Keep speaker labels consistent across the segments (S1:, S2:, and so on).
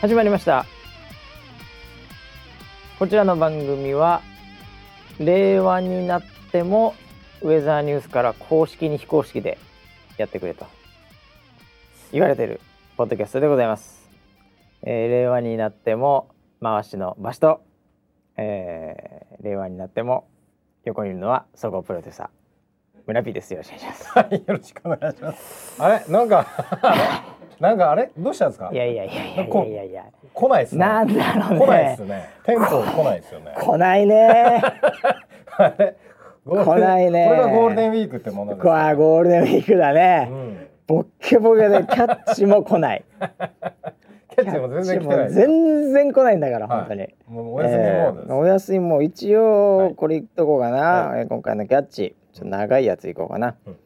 S1: 始まりましたこちらの番組は令和になってもウェザーニュースから公式に非公式でやってくれと言われてるポッドキャストでございます、えー令和になっても回しの場所と、えー令和になっても横にいるのは総合プロデューサー村 P ですよろしくお願いしま す
S2: はい、よろしくお願いします。あれ、なんか、 なんかあれ、どうしたんですか
S1: い。やいやいやいやいやいやいや
S2: 来ないですね。
S1: なんだろうね
S2: 来ないですね。テンポ来ないですよね。
S1: 来ないね
S2: あれゴールデン
S1: 来ないね
S2: これがゴールデンウィークってものです
S1: これは
S2: ね。
S1: ゴールデンウィークだね、
S2: うん。
S1: ボッケボケでキャッチも来ない。
S2: キャッチも全然来てない。
S1: 全然来ないんだから、
S2: はい
S1: 本当に。
S2: もうお休みモード
S1: え
S2: です
S1: ー。お休みも一応
S2: はい
S1: これいっとこうかな、
S2: は
S1: えー今回のキャッチちょっと長いやついこうかな、
S2: うん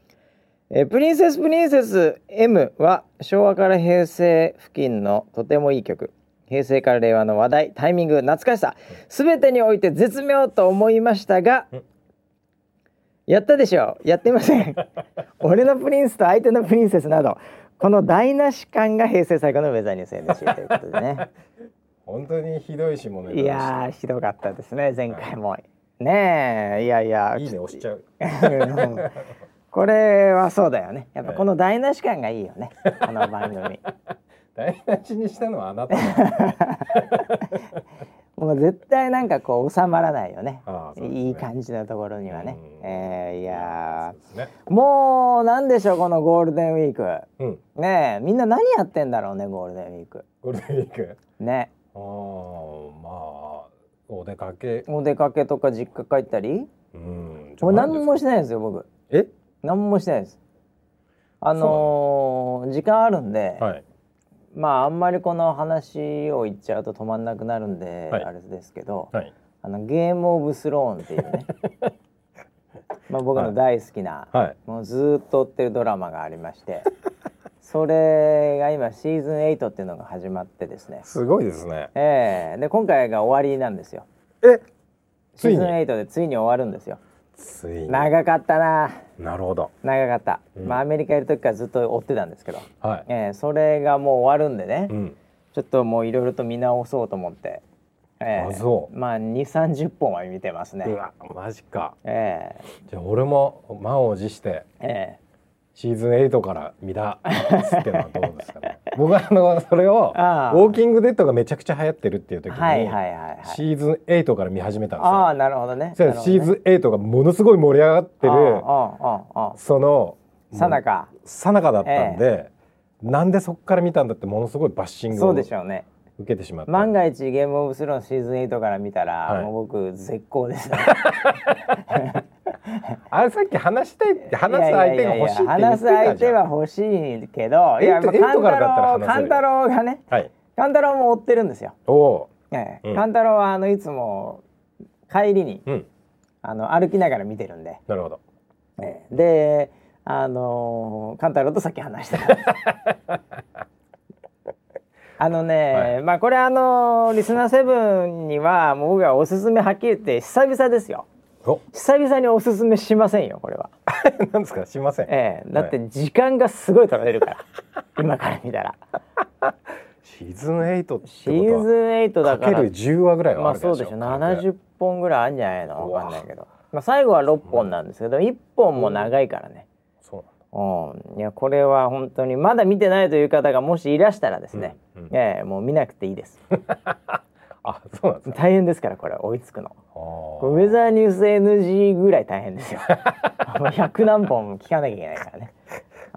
S1: えープリンセスプリンセス M は昭和から平成付近のとてもいい曲平成から令和の話題タイミング懐かしさ全てにおいて絶妙と思いましたが、
S2: うん
S1: やったでしょうやってませ ん俺のプリンスと相手のプリンセスなどこの台無し感が平成最高のウェザーニュース MC ということでね
S2: 本当にひどいしもね。
S1: いやーひどかったですね前回も。ねえいやいや
S2: いいね押しちゃう。
S1: うん これはそうだよねやっぱこの台無し感がいいよねこの番 組
S2: 台無しにしたのはあなた。
S1: もう絶対なんかこう収まらないよね
S2: あーそうです ね
S1: いい感じのところにはね
S2: うん
S1: えーいや
S2: そうですね。
S1: ーもうなんでしょうこのゴールデンウィーク
S2: うん。
S1: ねえみんな何やってんだろうねゴールデンウィーク
S2: ゴールデンウィーク。
S1: ね
S2: ああ、まあお出かけ。
S1: お出かけとか実家帰ったり
S2: うん。
S1: もう何も
S2: じ
S1: してないですよ僕
S2: ゃないですか。
S1: 何もしてないですあのー時間あるんで、
S2: え？はい。
S1: まああんまりこの話を言っちゃうと止まんなくなるんで、
S2: はい
S1: あれですけど、
S2: はい。
S1: あのゲームオブスローンっていう ねまあ僕の大好きな、
S2: はい。
S1: もうずーっと追ってるドラマがありまして それが今シーズン8っていうのが始まってですね
S2: すごいですね。
S1: ええで今回が終わりなんですよ
S2: え、
S1: シ
S2: つい
S1: ー
S2: に
S1: ズン8でついに終わるんですよ
S2: ついに。な
S1: 長かったな
S2: るほど。
S1: 長かった、
S2: うん
S1: まあアメリカいる時からずっと追ってたんですけど
S2: は
S1: えー、それがもう終わるんでね、
S2: い。うん。
S1: ちょっともういろいろと見直そうと思って、えー
S2: あそう
S1: まあ2三3 0本は見てますね
S2: うわ、マジか。
S1: え
S2: じゃあ俺も満を持して
S1: ー、え
S2: シーズン8から見だすってのはどうです かね。僕はあのそれをウ
S1: ああ
S2: ォーキングデッドがめちゃくちゃ流行ってるっていう
S1: ー
S2: 時に、
S1: はいはいはいはい
S2: シーズン8から見始めたんです
S1: ああ
S2: よ。
S1: なるほどね
S2: そしたらシーズン8がものすごい盛り上がってる
S1: る
S2: その
S1: さなか
S2: さなかだったんで、なんでそこから見たんだってものすごいバッシング
S1: そ
S2: を
S1: うで
S2: 受
S1: しょうね
S2: けてしまった。
S1: 万が一ゲームオブスローンシーズン8から見たら、
S2: はい
S1: もう僕絶好ですね
S2: あれさっき話したいって 話す相手が欲しいっ
S1: やや
S2: て言
S1: や
S2: っ
S1: 話
S2: て
S1: す
S2: たじゃ
S1: 相
S2: ん。
S1: 手は欲しいけどいや
S2: 8
S1: まあ
S2: 8からだったら話せるよ
S1: 勘太郎がね
S2: はい。
S1: 勘太郎も追ってるんですよ
S2: おお
S1: ええ
S2: うん
S1: 勘太郎はあのいつも帰りに
S2: ー。うん。
S1: あの歩きながら見てるんで、
S2: なるほど。
S1: ええであのー、勘太郎とさっき話してた あのね、
S2: は
S1: まあこれあのーリスナーセブンにはもう僕がおすすめはっきり言って久々ですよ
S2: お、
S1: 久々におすすめしませんよこれは、
S2: なんですか。すいません。
S1: ええだって時間がすごい取られるから 今から見たら
S2: シーズン8ってことは
S1: シーズン8だ
S2: か
S1: か
S2: け
S1: ら
S2: る10話ぐらい
S1: ま
S2: はあ
S1: あ
S2: る
S1: そうでしょ70本ぐらいあるんじゃないの
S2: う
S1: わ
S2: わ
S1: かんないけど、まあ、最後は6本なんですけど1本も長いからね、
S2: そう
S1: うん、いやこれは本当にまだ見てないという方がもしいらしたらですね、
S2: うんうん
S1: ええもう見なくていいです
S2: あそう なんですか
S1: 大変ですからこれ追いつくの
S2: あ
S1: これウェザーニュース NG ぐらい大変 ですよもう100何本も聞かなきゃいけないからね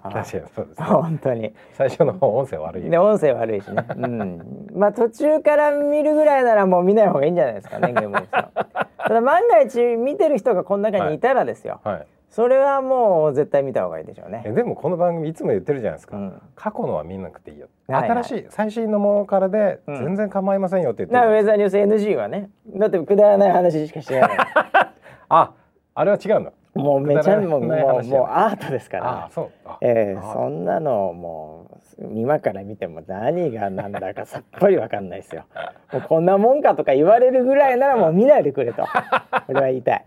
S2: ー確かにそうですね
S1: 本当に
S2: 最初の方音声悪い
S1: で音声悪いし ね、うん、まあ途中から見るぐらいならもう見ない方がいいんじゃないですか ねゲームオブスローンただ万が一見てる人がこの中にいたらですよ、
S2: はい
S1: それはもう絶対見た方がいいでしょうね
S2: えでもこの番組いつも言ってるじゃないですか、
S1: うん
S2: 過去のは見なくていいよ、
S1: はいはい
S2: 新しい最新のものからで
S1: うん
S2: 全然構いませんよって言って
S1: な
S2: る、
S1: ウェザーニュース NG はねだってくだらない話しか してないから
S2: ああれは違うんだ
S1: もうめちゃもう
S2: くだらない
S1: もう
S2: 話じゃ
S1: も
S2: ない
S1: うアートですから
S2: あそうあ
S1: ええ
S2: あ
S1: そんなのもう今から見ても何が何だかさっぱりわかんないですよもうこんなもんかとか言われるぐらいならもう見ないでく れと俺は言いたい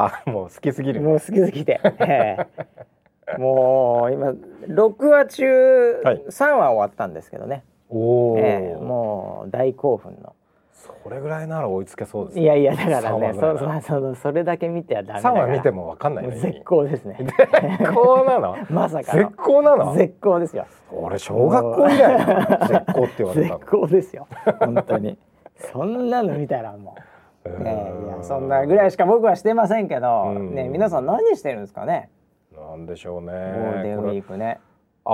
S2: あもう好きすぎる
S1: もう好き好きで、ええもう今6話中
S2: はい
S1: 3話終わったんですけどね、
S2: おお、
S1: ええもう大興奮の
S2: それぐらいなら追いつけそうです
S1: いやいやだから
S2: 三話
S1: ね
S2: ぐらい
S1: そ
S2: なら
S1: そそのそれだけ見てはダメだ
S2: 三
S1: から
S2: 話見てもわかんないね
S1: 絶好です ね
S2: 絶好なの
S1: まさか
S2: 絶
S1: の
S2: 好なの
S1: 絶好ですよ
S2: 俺小学校以来だよ絶好って言われ
S1: 絶
S2: たの
S1: 好ですよ本当にそんなの見たらも
S2: う
S1: う、
S2: ん
S1: ねえ、いやそんなぐらいしか僕はしてませんけど、
S2: うん
S1: ねえ、皆さん何してるんですかね、
S2: なんでしょうね
S1: ゴールデンウ
S2: こ
S1: ィ
S2: れ
S1: ークね
S2: あ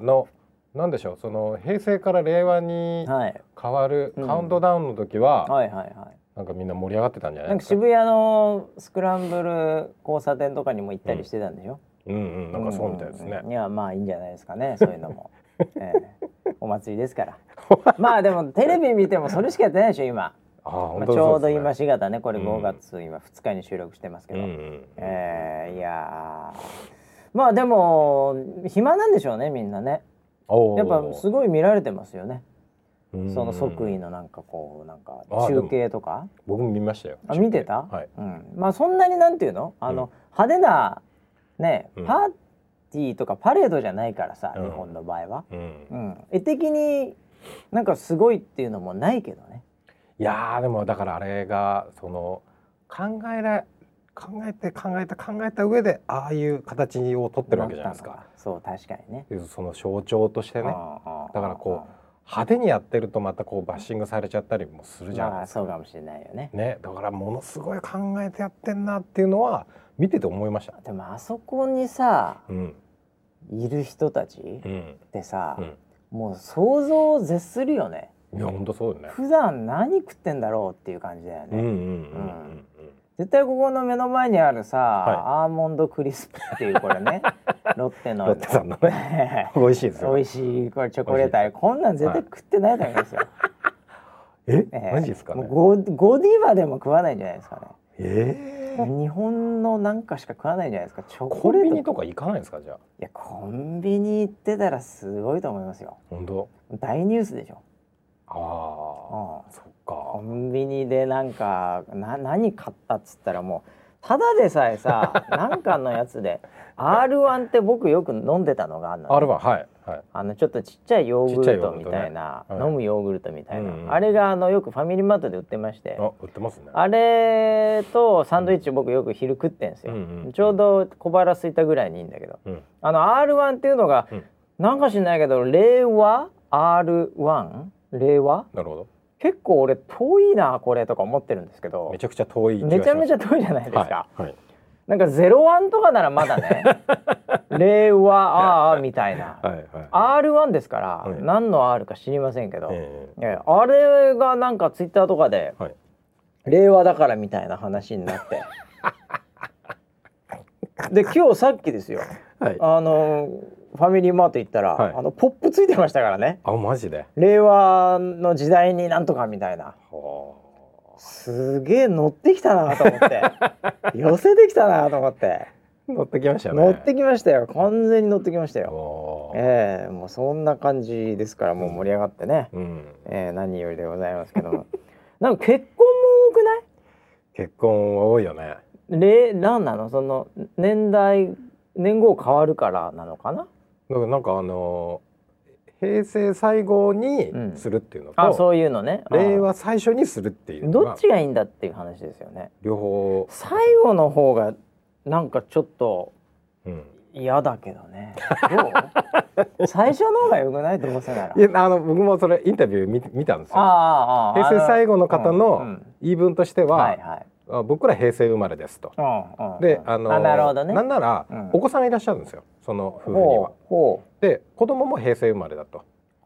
S2: ーのなんでしょうその平成から令和に
S1: はい
S2: 変わる
S1: うん
S2: カウントダウンの時は、
S1: はいはいは
S2: なんかみんな盛り上がってたんじ
S1: い
S2: ゃな
S1: ないん
S2: で
S1: か
S2: すか
S1: 渋谷のスクランブル交差点とかにも行ったりしてたんでしょ、
S2: うんうんなんかそうみたいですね
S1: うん、いやまあいいんじゃないですか ねそういうのも、ええお祭りですからまあでもテレビ見てもそれしかやってないでしょ今、
S2: あー
S1: ま
S2: 本
S1: あ、
S2: 当
S1: ち
S2: に
S1: ょう
S2: そ
S1: ど
S2: ですね
S1: 今しがたねこれ
S2: うん
S1: 5月今2日に収録してますけ
S2: う
S1: ど、
S2: んうん
S1: ええいやーまあでも暇なんでしょうねみんなね
S2: おー
S1: やっぱすごい見られてますよね
S2: うん
S1: その即位のなんかこうなんか
S2: あでも
S1: 中継とか
S2: 僕も見ましたよ
S1: あ見てた、
S2: はい
S1: うん、まあそんなになんていうのあの、派手なねパ
S2: うん
S1: ーティーとかパレードじゃないからさ、
S2: うん
S1: 日本の場合は、
S2: うん
S1: うん、絵的になんかすごいっていうのもないけどね
S2: いやーでもだからあれがその考えら考えて考えた考えた上でああいう形を取ってるわけじゃないです
S1: なった
S2: か
S1: のそう確かにね
S2: その象徴としてねだ
S1: だ
S2: からこ派手にやってるとまたこうバッシングされちゃったりもするじゃない
S1: まあ
S2: ですか、
S1: そうかもしれないよね
S2: ねだからものすごい考えてやってんなっていうのは見てて思いました
S1: でもあそこにさ
S2: うん
S1: いる人たちっ
S2: うん
S1: てさ、
S2: うん
S1: もう想像を絶するよね
S2: いや本当そうだよね
S1: 普段何食ってんだろうっていう感じだよ
S2: うん
S1: ね、
S2: うんうんうんうん
S1: 絶対ここの目の前にあるさ、
S2: は
S1: アーモンドクリスプっていうこれ ねロッテの
S2: ロッテさんのね美味しいです よ
S1: 美味しいこれチョコレートあれこんなん絶対食ってないと思いますよ、
S2: え、
S1: ええ
S2: マジですかね
S1: もうゴゴディバでも食わないんじゃないですかね
S2: ええ
S1: 日本のなんかしか食わないんじゃないですかチョ
S2: コ
S1: コ
S2: ン
S1: レ
S2: ビ
S1: ー
S2: ニ
S1: ト
S2: とか行かないんですかじゃあ
S1: いやコンビニ行ってたらすごいと思いますよ
S2: 本当
S1: 大ニュースでしょ、
S2: ああ
S1: う
S2: そっ
S1: ん、コ
S2: か
S1: ンビニでなんかな何買ったっつったらもうただでさえ さなんかのやつで R1 って僕よく飲んでたのがあるのね
S2: あれははいはい
S1: あのちょっとちっちゃいヨーグルトみ
S2: ちっちゃ
S1: たいな
S2: いヨーグルトねはい
S1: 飲むヨーグルトみたいな、
S2: うんうん
S1: あれがあのよくファミリーマートで売ってまして
S2: あ売ってますね
S1: あれとサンドイッチを僕よく昼食ってんですよ、
S2: うんうん
S1: ちょうど小腹空いたぐらいにいいんだけど
S2: うん
S1: あの R1 っていうのが、
S2: うん
S1: なんか知んないけど令和 R1 令和
S2: なるほ
S1: 結構俺遠いなこれとか思ってるんですけ
S2: ど
S1: ど
S2: めちゃくちゃ遠い気がし
S1: めちゃめち
S2: ゃ
S1: ゃ遠いじゃないですか、
S2: はいはい
S1: なんか01とかならまだ ね令和あーみたいな
S2: はいはい
S1: R1 ですから、
S2: はい
S1: 何の R か知りませんけど、
S2: え
S1: ええあれがなんかツイッターとかで、
S2: はい
S1: 令和だからみたいな話になって で今日さっきですよ
S2: えはい
S1: あのファミリーマート行ったら、
S2: はい
S1: あのポップついてましたからね
S2: あマジで
S1: 令和の時代になんとかみたいな
S2: は
S1: すげえ乗ってきたなと思って 寄せてきたなと思って
S2: あ乗ってきましたね
S1: 乗ってきましたよ完全に乗ってきましたよ。
S2: おー
S1: ええもうそんな感じですからもう盛り上がってね、
S2: うん
S1: ええ何よりでございますけ どもなんか結婚も多くない
S2: 結婚は多いよね
S1: れなんなのその年代年号変わるからなのかな
S2: だからなんかあのー平成最後に
S1: うん
S2: するっていうの
S1: あ
S2: と
S1: そういうのね
S2: 令
S1: あ
S2: 和最初にするってい
S1: あ
S2: うの
S1: ど
S2: が
S1: っちがいいんだっていう話ですよね
S2: 両方
S1: 最後の方がなんかちょっと
S2: うん
S1: 嫌だけどねどう 最初の方が良くないどうせなら
S2: いやあの僕もそれインタビュー見見たんですよ
S1: ああああ
S2: 平成最後の方
S1: うんう
S2: の
S1: ん
S2: 言い分としては
S1: はいはい
S2: あ僕ら平成生まれですと。
S1: うんうん
S2: で、あの
S1: なるほどね
S2: なんなら、
S1: うん
S2: お子さんがいらっしゃるんですよその夫婦には
S1: ほ。うほ
S2: で子供も平成生まれだと。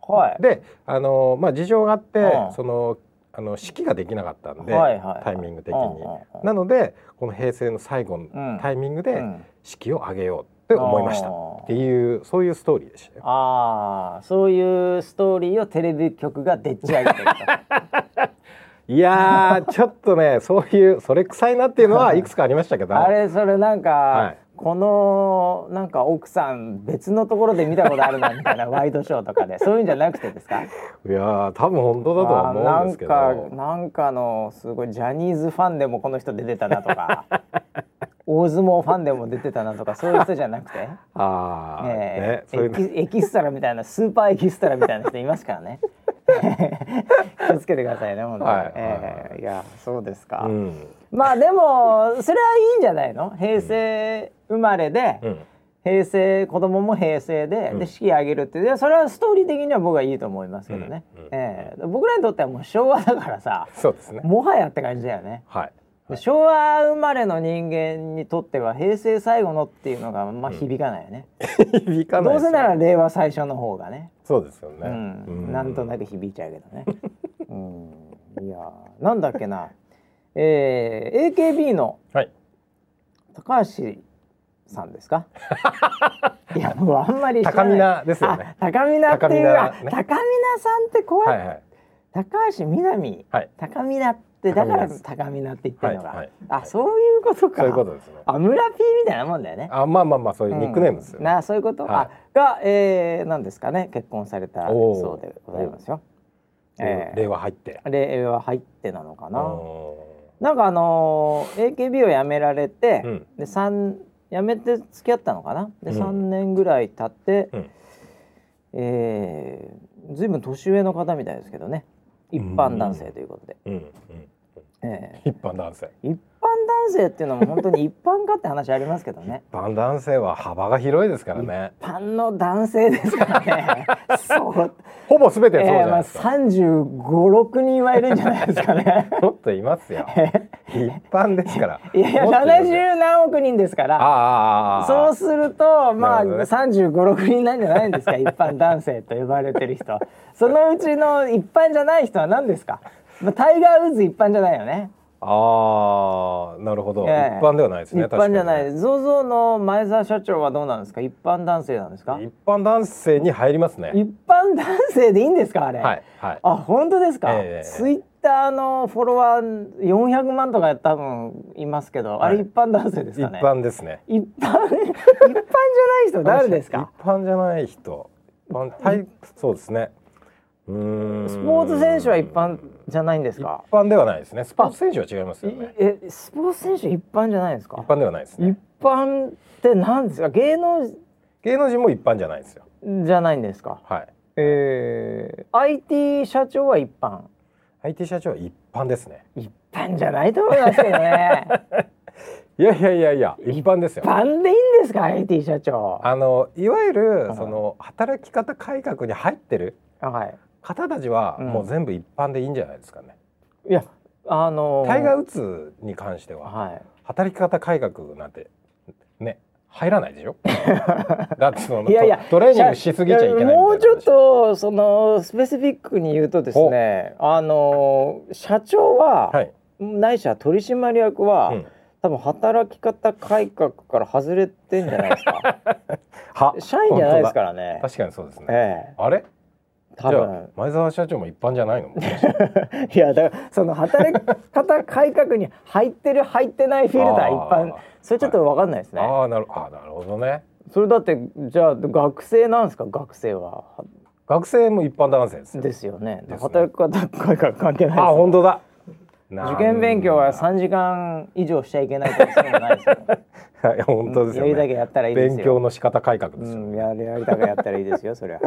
S1: うはい
S2: であの、まあ、事情があって、
S1: うん
S2: そのあの式ができなかったんで、
S1: はいはいはい
S2: タイミング的
S1: う
S2: に。
S1: んうんうん
S2: なのでこの平成の最後
S1: うん
S2: のタイミング
S1: う
S2: で
S1: ん
S2: 式を挙げようって思いました
S1: あー
S2: っていうそういうストーリーでしたよ。
S1: ああそういうストーリーをテレビ局がでっち上 げてると
S2: いや ーちょっとねそういうそれ臭いなっていうのはいくつかありましたけど
S1: あれそれなんか、
S2: はい
S1: このなんか奥さん別のところで見たことあるなみたいなワイドショーとかでそういうんじゃなくてですか
S2: いやー多分本当だとは思うんですけど。
S1: あーなんかなんかのすごいジャニーズファンでもこの人出てたなとか大大相撲ファンでも出てたなとかそういう人じゃなくて、
S2: ああ、
S1: ね
S2: ね
S1: え
S2: そういう
S1: エキエキストラみたいなスーパーエキストラみたいな人いますから ね気をつけてくださいね本当に、
S2: はい
S1: ええいやそうですか、
S2: うん、
S1: まあでもそれはいいんじゃないの平成生まれで、
S2: うん、
S1: 平成子供も平成で,、
S2: うん
S1: で式挙げるってでそれはストーリー的には僕はいいと思いますけどね、
S2: うんうん
S1: ええ僕らにとってはもう昭和だからさ
S2: そうですね。
S1: もはやって感じだよね、
S2: はい。はい
S1: 昭和生まれの人間にとっては平成最後のっていうのがあんま響かないよね、
S2: 響かない
S1: ど
S2: で
S1: う
S2: す
S1: せ
S2: よ
S1: なら令和最初の方がね
S2: そうですよね。
S1: うんなんとな
S2: く。
S1: く響いちゃうけどね、うん、いやーなんだっけなえー、AKB の
S2: はい。
S1: 高橋さんです かいやもうあんまり知ら
S2: 高
S1: ない
S2: 見なですよね。
S1: あ高見なっていうあ
S2: 高見なね
S1: 高見なさんって怖、
S2: はいいはい。
S1: 高橋みなみ
S2: はい。
S1: 高見なってだから
S2: 高見なです
S1: 高見なって言ってるのが、
S2: はいはい
S1: あそういうことか
S2: そういうことですね。
S1: あ村ピーみたいなもんだよね
S2: あ、まあまあまあ、そういうニックネームですよ
S1: うん
S2: ね。
S1: なそういうこと、
S2: はい
S1: あが、えー、なんですかね結婚された
S2: おー
S1: そうでございますよ。
S2: えー令和入って。
S1: えー令和入ってなのかな。
S2: う
S1: なんかあのー AKB を辞められて、
S2: ん。
S1: で三辞めて付き合ったのかな。で
S2: うん
S1: 三年ぐらい経って、
S2: うん
S1: えー、ずいぶん年上の方みたいですけどね一般男性ということで、
S2: うん。うん。
S1: え
S2: 一般男性。
S1: ー一般男性っていうのも本当に一般かって話ありますけどね。
S2: 一般男性は幅が広いですからね。
S1: 一般の男性ですから ね。そう
S2: ほぼ全てそうじ
S1: えー
S2: ゃな
S1: ま
S2: い
S1: あ
S2: ですか。
S1: 三十五六人はいるんじゃないですか ね。
S2: もっといますよ。一般ですから。
S1: いやいや
S2: もっと
S1: 七
S2: いる
S1: 十何億人ですか
S2: ああ
S1: ら。
S2: ああ。
S1: そう
S2: す。
S1: するとま
S2: な
S1: あ
S2: るほどね
S1: 三十五六人なんじゃないんです か一般男性と呼ばれてる人。そのうちの一般じゃない人は何ですか。まあタイガーウッズ一般じゃないよね。
S2: ああ、なるほど。一
S1: ええ
S2: 般ではないです
S1: 一
S2: ね。
S1: 般じゃない
S2: す。。
S1: ゾゾの前澤社長はどうなんですか。一般男性なんですか。
S2: 一般男性に入りますね。
S1: 一般男性でいいんですかあれ。
S2: はいはい。
S1: あ本当ですか、
S2: ええ
S1: ツイッターのフォロワー400万とか多分いますけど、
S2: は
S1: あ
S2: い
S1: れ一般男性です
S2: 一
S1: かね
S2: 般ですね。
S1: 一般 一般じゃない人誰ですか
S2: 一般じゃない人。一般タイプそうですね。うーん。
S1: スポーツ選手は一般じゃないんです
S2: 一
S1: か
S2: 般ではないですね。スポーツ選手は違いますよね。
S1: えスポーツ選手一般じゃないんです
S2: 一
S1: か
S2: 般ではないです
S1: 一
S2: ね。
S1: 般って何ですか芸能
S2: 芸能人も一般じゃないですよ。
S1: じゃないんですか
S2: はい。
S1: えー、IT 社長は一般
S2: IT 社長は一般ですね。
S1: 一般じゃないと思いますけど ね
S2: いやいやいやいや、一般です
S1: 一
S2: よ。
S1: 般でいいんですか IT 社長
S2: あのいわゆる
S1: はい
S2: その働き方改革に入ってる
S1: はい
S2: 方たちは
S1: うん
S2: もう全部一般でいいんじゃないですかね。
S1: いやあのー
S2: タイガー・ウッズに関しては
S1: はい
S2: 働き方改革なんてね入らないで しょだってその
S1: いやいや
S2: トトレーニングしすぎちゃいけないみたいな
S1: もうちょっとそのスペシフィックに言うとですねあの社長は、
S2: はい、
S1: ないしは取締役は、
S2: うん
S1: 多分働き方改革から外れてんじゃないです か
S2: は
S1: 社員じゃないですからね
S2: 本当だ確かにそうですね
S1: ええ
S2: あれじ
S1: 多
S2: ゃあ
S1: 分
S2: 前澤社長も一般じ ゃないのもしかして
S1: いやだからその働き方改革に入ってる入ってないフィルター一般
S2: あー
S1: それちょっと分かんないですね、
S2: ああなるあーなるほどね
S1: それだってじゃあ学生なんですか学生は
S2: 学生も一般男性ですよ
S1: ですよね
S2: ですね
S1: 働き方改革関係ないです
S2: あ
S1: よ
S2: ー本当だ
S1: 受験勉強は
S2: さ
S1: 3時間以上しちゃいけないとかそういうのないですよ。
S2: いや本当ですよ、
S1: や
S2: ね、
S1: りだけやったらいいですよ。
S2: 勉強の仕方改革です
S1: う
S2: よ、
S1: ん、やりやりだけやったらいいですよ、そりゃ。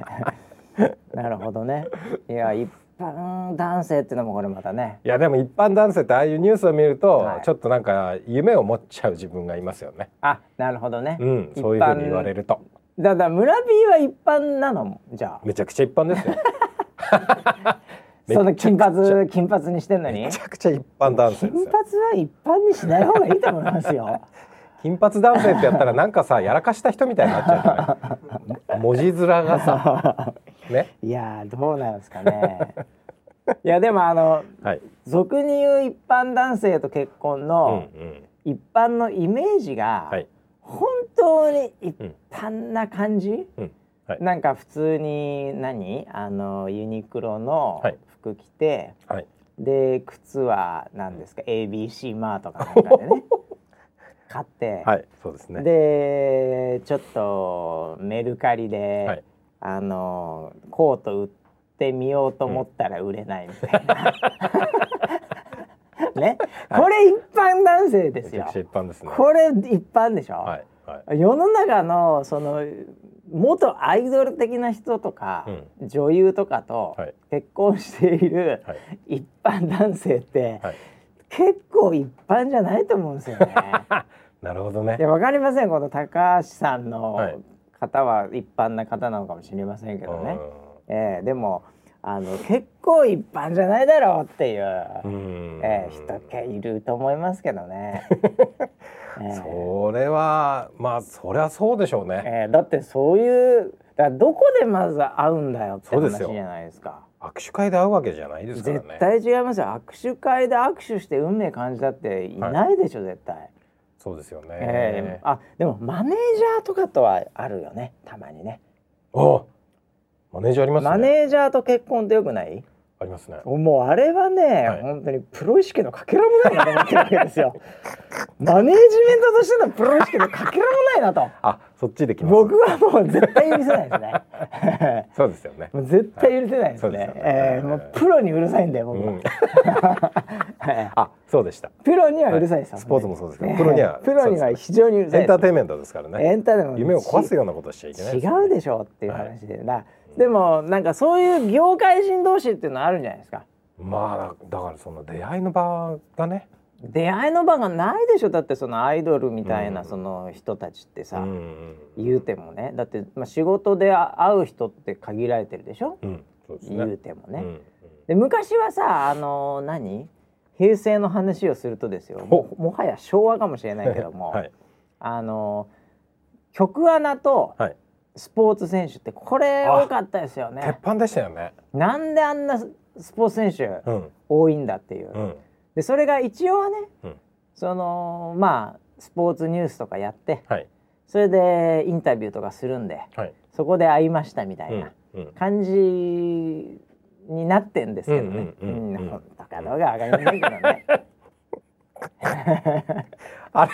S1: なるほどね。いや、一般男性ってのもこれまたね。
S2: いやでも一般男性ってああいうニュースを見ると、
S1: はい
S2: ちょっとなんか夢を持っちゃう自分がいますよね
S1: あ、なるほどね。
S2: うんそういうふうに言われ
S1: る。
S2: ると
S1: だだ村 B は一般なのじゃあ。
S2: めちゃくちゃ一般ですよめ
S1: その金髪金髪にしてんのに
S2: め。ちゃくちゃ一般男性
S1: 金
S2: です
S1: 髪
S2: よ
S1: は一般にしない方がいいと思いますよ。
S2: 金髪男性ってやったらなんかさやらかした人みたいになっちゃうじゃない文字面がさね
S1: いやーどうなんですかね。いやでもあの
S2: はい
S1: 俗に言う一般男性と結婚
S2: うんう
S1: の
S2: ん
S1: 一般のイメージが
S2: はい
S1: 本当に一般な感じ、
S2: うんはい
S1: なんか普通に何あのユニクロの
S2: はい
S1: 服着て、
S2: はい
S1: で靴は何ですか ABC マートかなんかで ね買って、
S2: はいそうですね
S1: でちょっとメルカリで、
S2: はい
S1: あのコート売ってみようと思ったら売れないみたいな、 ね、これ一般男性で
S2: め
S1: す
S2: ちゃ
S1: よ
S2: くちゃ一般ですね。
S1: これ一般でしょ、
S2: はいはい。
S1: 世の中のその元アイドル的な人とか、女優とかと
S2: はい
S1: 結婚している
S2: はい
S1: 一般男性って、
S2: はい
S1: 結構一般じゃないと思うんです よね。
S2: なるほどね
S1: い。やわかりませんこの高橋さん
S2: はい
S1: の方は一般な方なのかもしれませんけどね、えーでもあの結構一般じゃないだろうっていう、
S2: うん。
S1: えー人けいると思いますけどね。 えー
S2: それはまあそりゃそうでしょう ね。
S1: えーだってそういうだからどこでまず会うんだよって
S2: そう
S1: 話
S2: です
S1: じ
S2: よ
S1: ゃないですか
S2: 握手会で会うわけじゃないですからね。
S1: 絶対違いますよ握手会で握手して運命感じたっていないでしょ、絶対、
S2: そうですよね。
S1: えーあでもマネージャーとかとはあるよねたまにね
S2: あ、マネージャーありますね。
S1: マネージャーと結婚ってよくない
S2: ありますね。
S1: もうあれはね、
S2: はい
S1: 本当にプロ意識のかけらもないなと思ってるわけです よマネージメントとしてのプロ意識のかけらもないなと
S2: あ、そっちできます。
S1: 僕はもう絶対許せないですね
S2: そうですよね。
S1: もう絶対許せないです
S2: はい
S1: ね。
S2: そうですよね
S1: ええもうプロにうるさいんだよ僕
S2: う
S1: は。
S2: ん。
S1: はい
S2: あ、そうでした。
S1: プロにはうるさいですよ、
S2: はいスポーツもそうですけど
S1: ね
S2: プロには
S1: プロには非常にうるさい
S2: エン
S1: です
S2: ターテインメントですから
S1: エ
S2: ね。
S1: ンターテインメント
S2: 夢を壊すようなことしちゃいけない。
S1: 違うで
S2: し
S1: しょうっていう話でな、でもなんかそういう業界人同士っていうのはあるんじゃないですか。
S2: ょ。まあだからその出会いの場がね。
S1: 出会いの場がないでしょだってそのアイドルみたいうなんその人たちって
S2: う
S1: さ、
S2: ん。
S1: 言うてもねだってまあ仕事で会う人って限られてるでしょ、
S2: うん。そうですね。
S1: 言うてもね。
S2: うん
S1: で昔はさあの何平成の話をするとですよももはや昭和かもしれないけども、
S2: はい。
S1: あの曲穴と
S2: はい
S1: スポーツ選手ってこれ
S2: あ
S1: 多かったですよ
S2: 鉄
S1: ね。
S2: 板でしたよね。
S1: なんであんなススポーツ選手
S2: うん。
S1: 多いんだっていう。
S2: うん。
S1: でそれが一応はね、
S2: うん
S1: そのまあスポーツニュースとかやって
S2: はい。
S1: それでインタビューとかするんで
S2: はい。
S1: そこで会いましたみた
S2: う。
S1: いなん
S2: うん。
S1: 感じになってんですけどね。う
S2: うんうんうん
S1: ん
S2: うん
S1: 本当かどうかわかりませんけどね。
S2: あれ、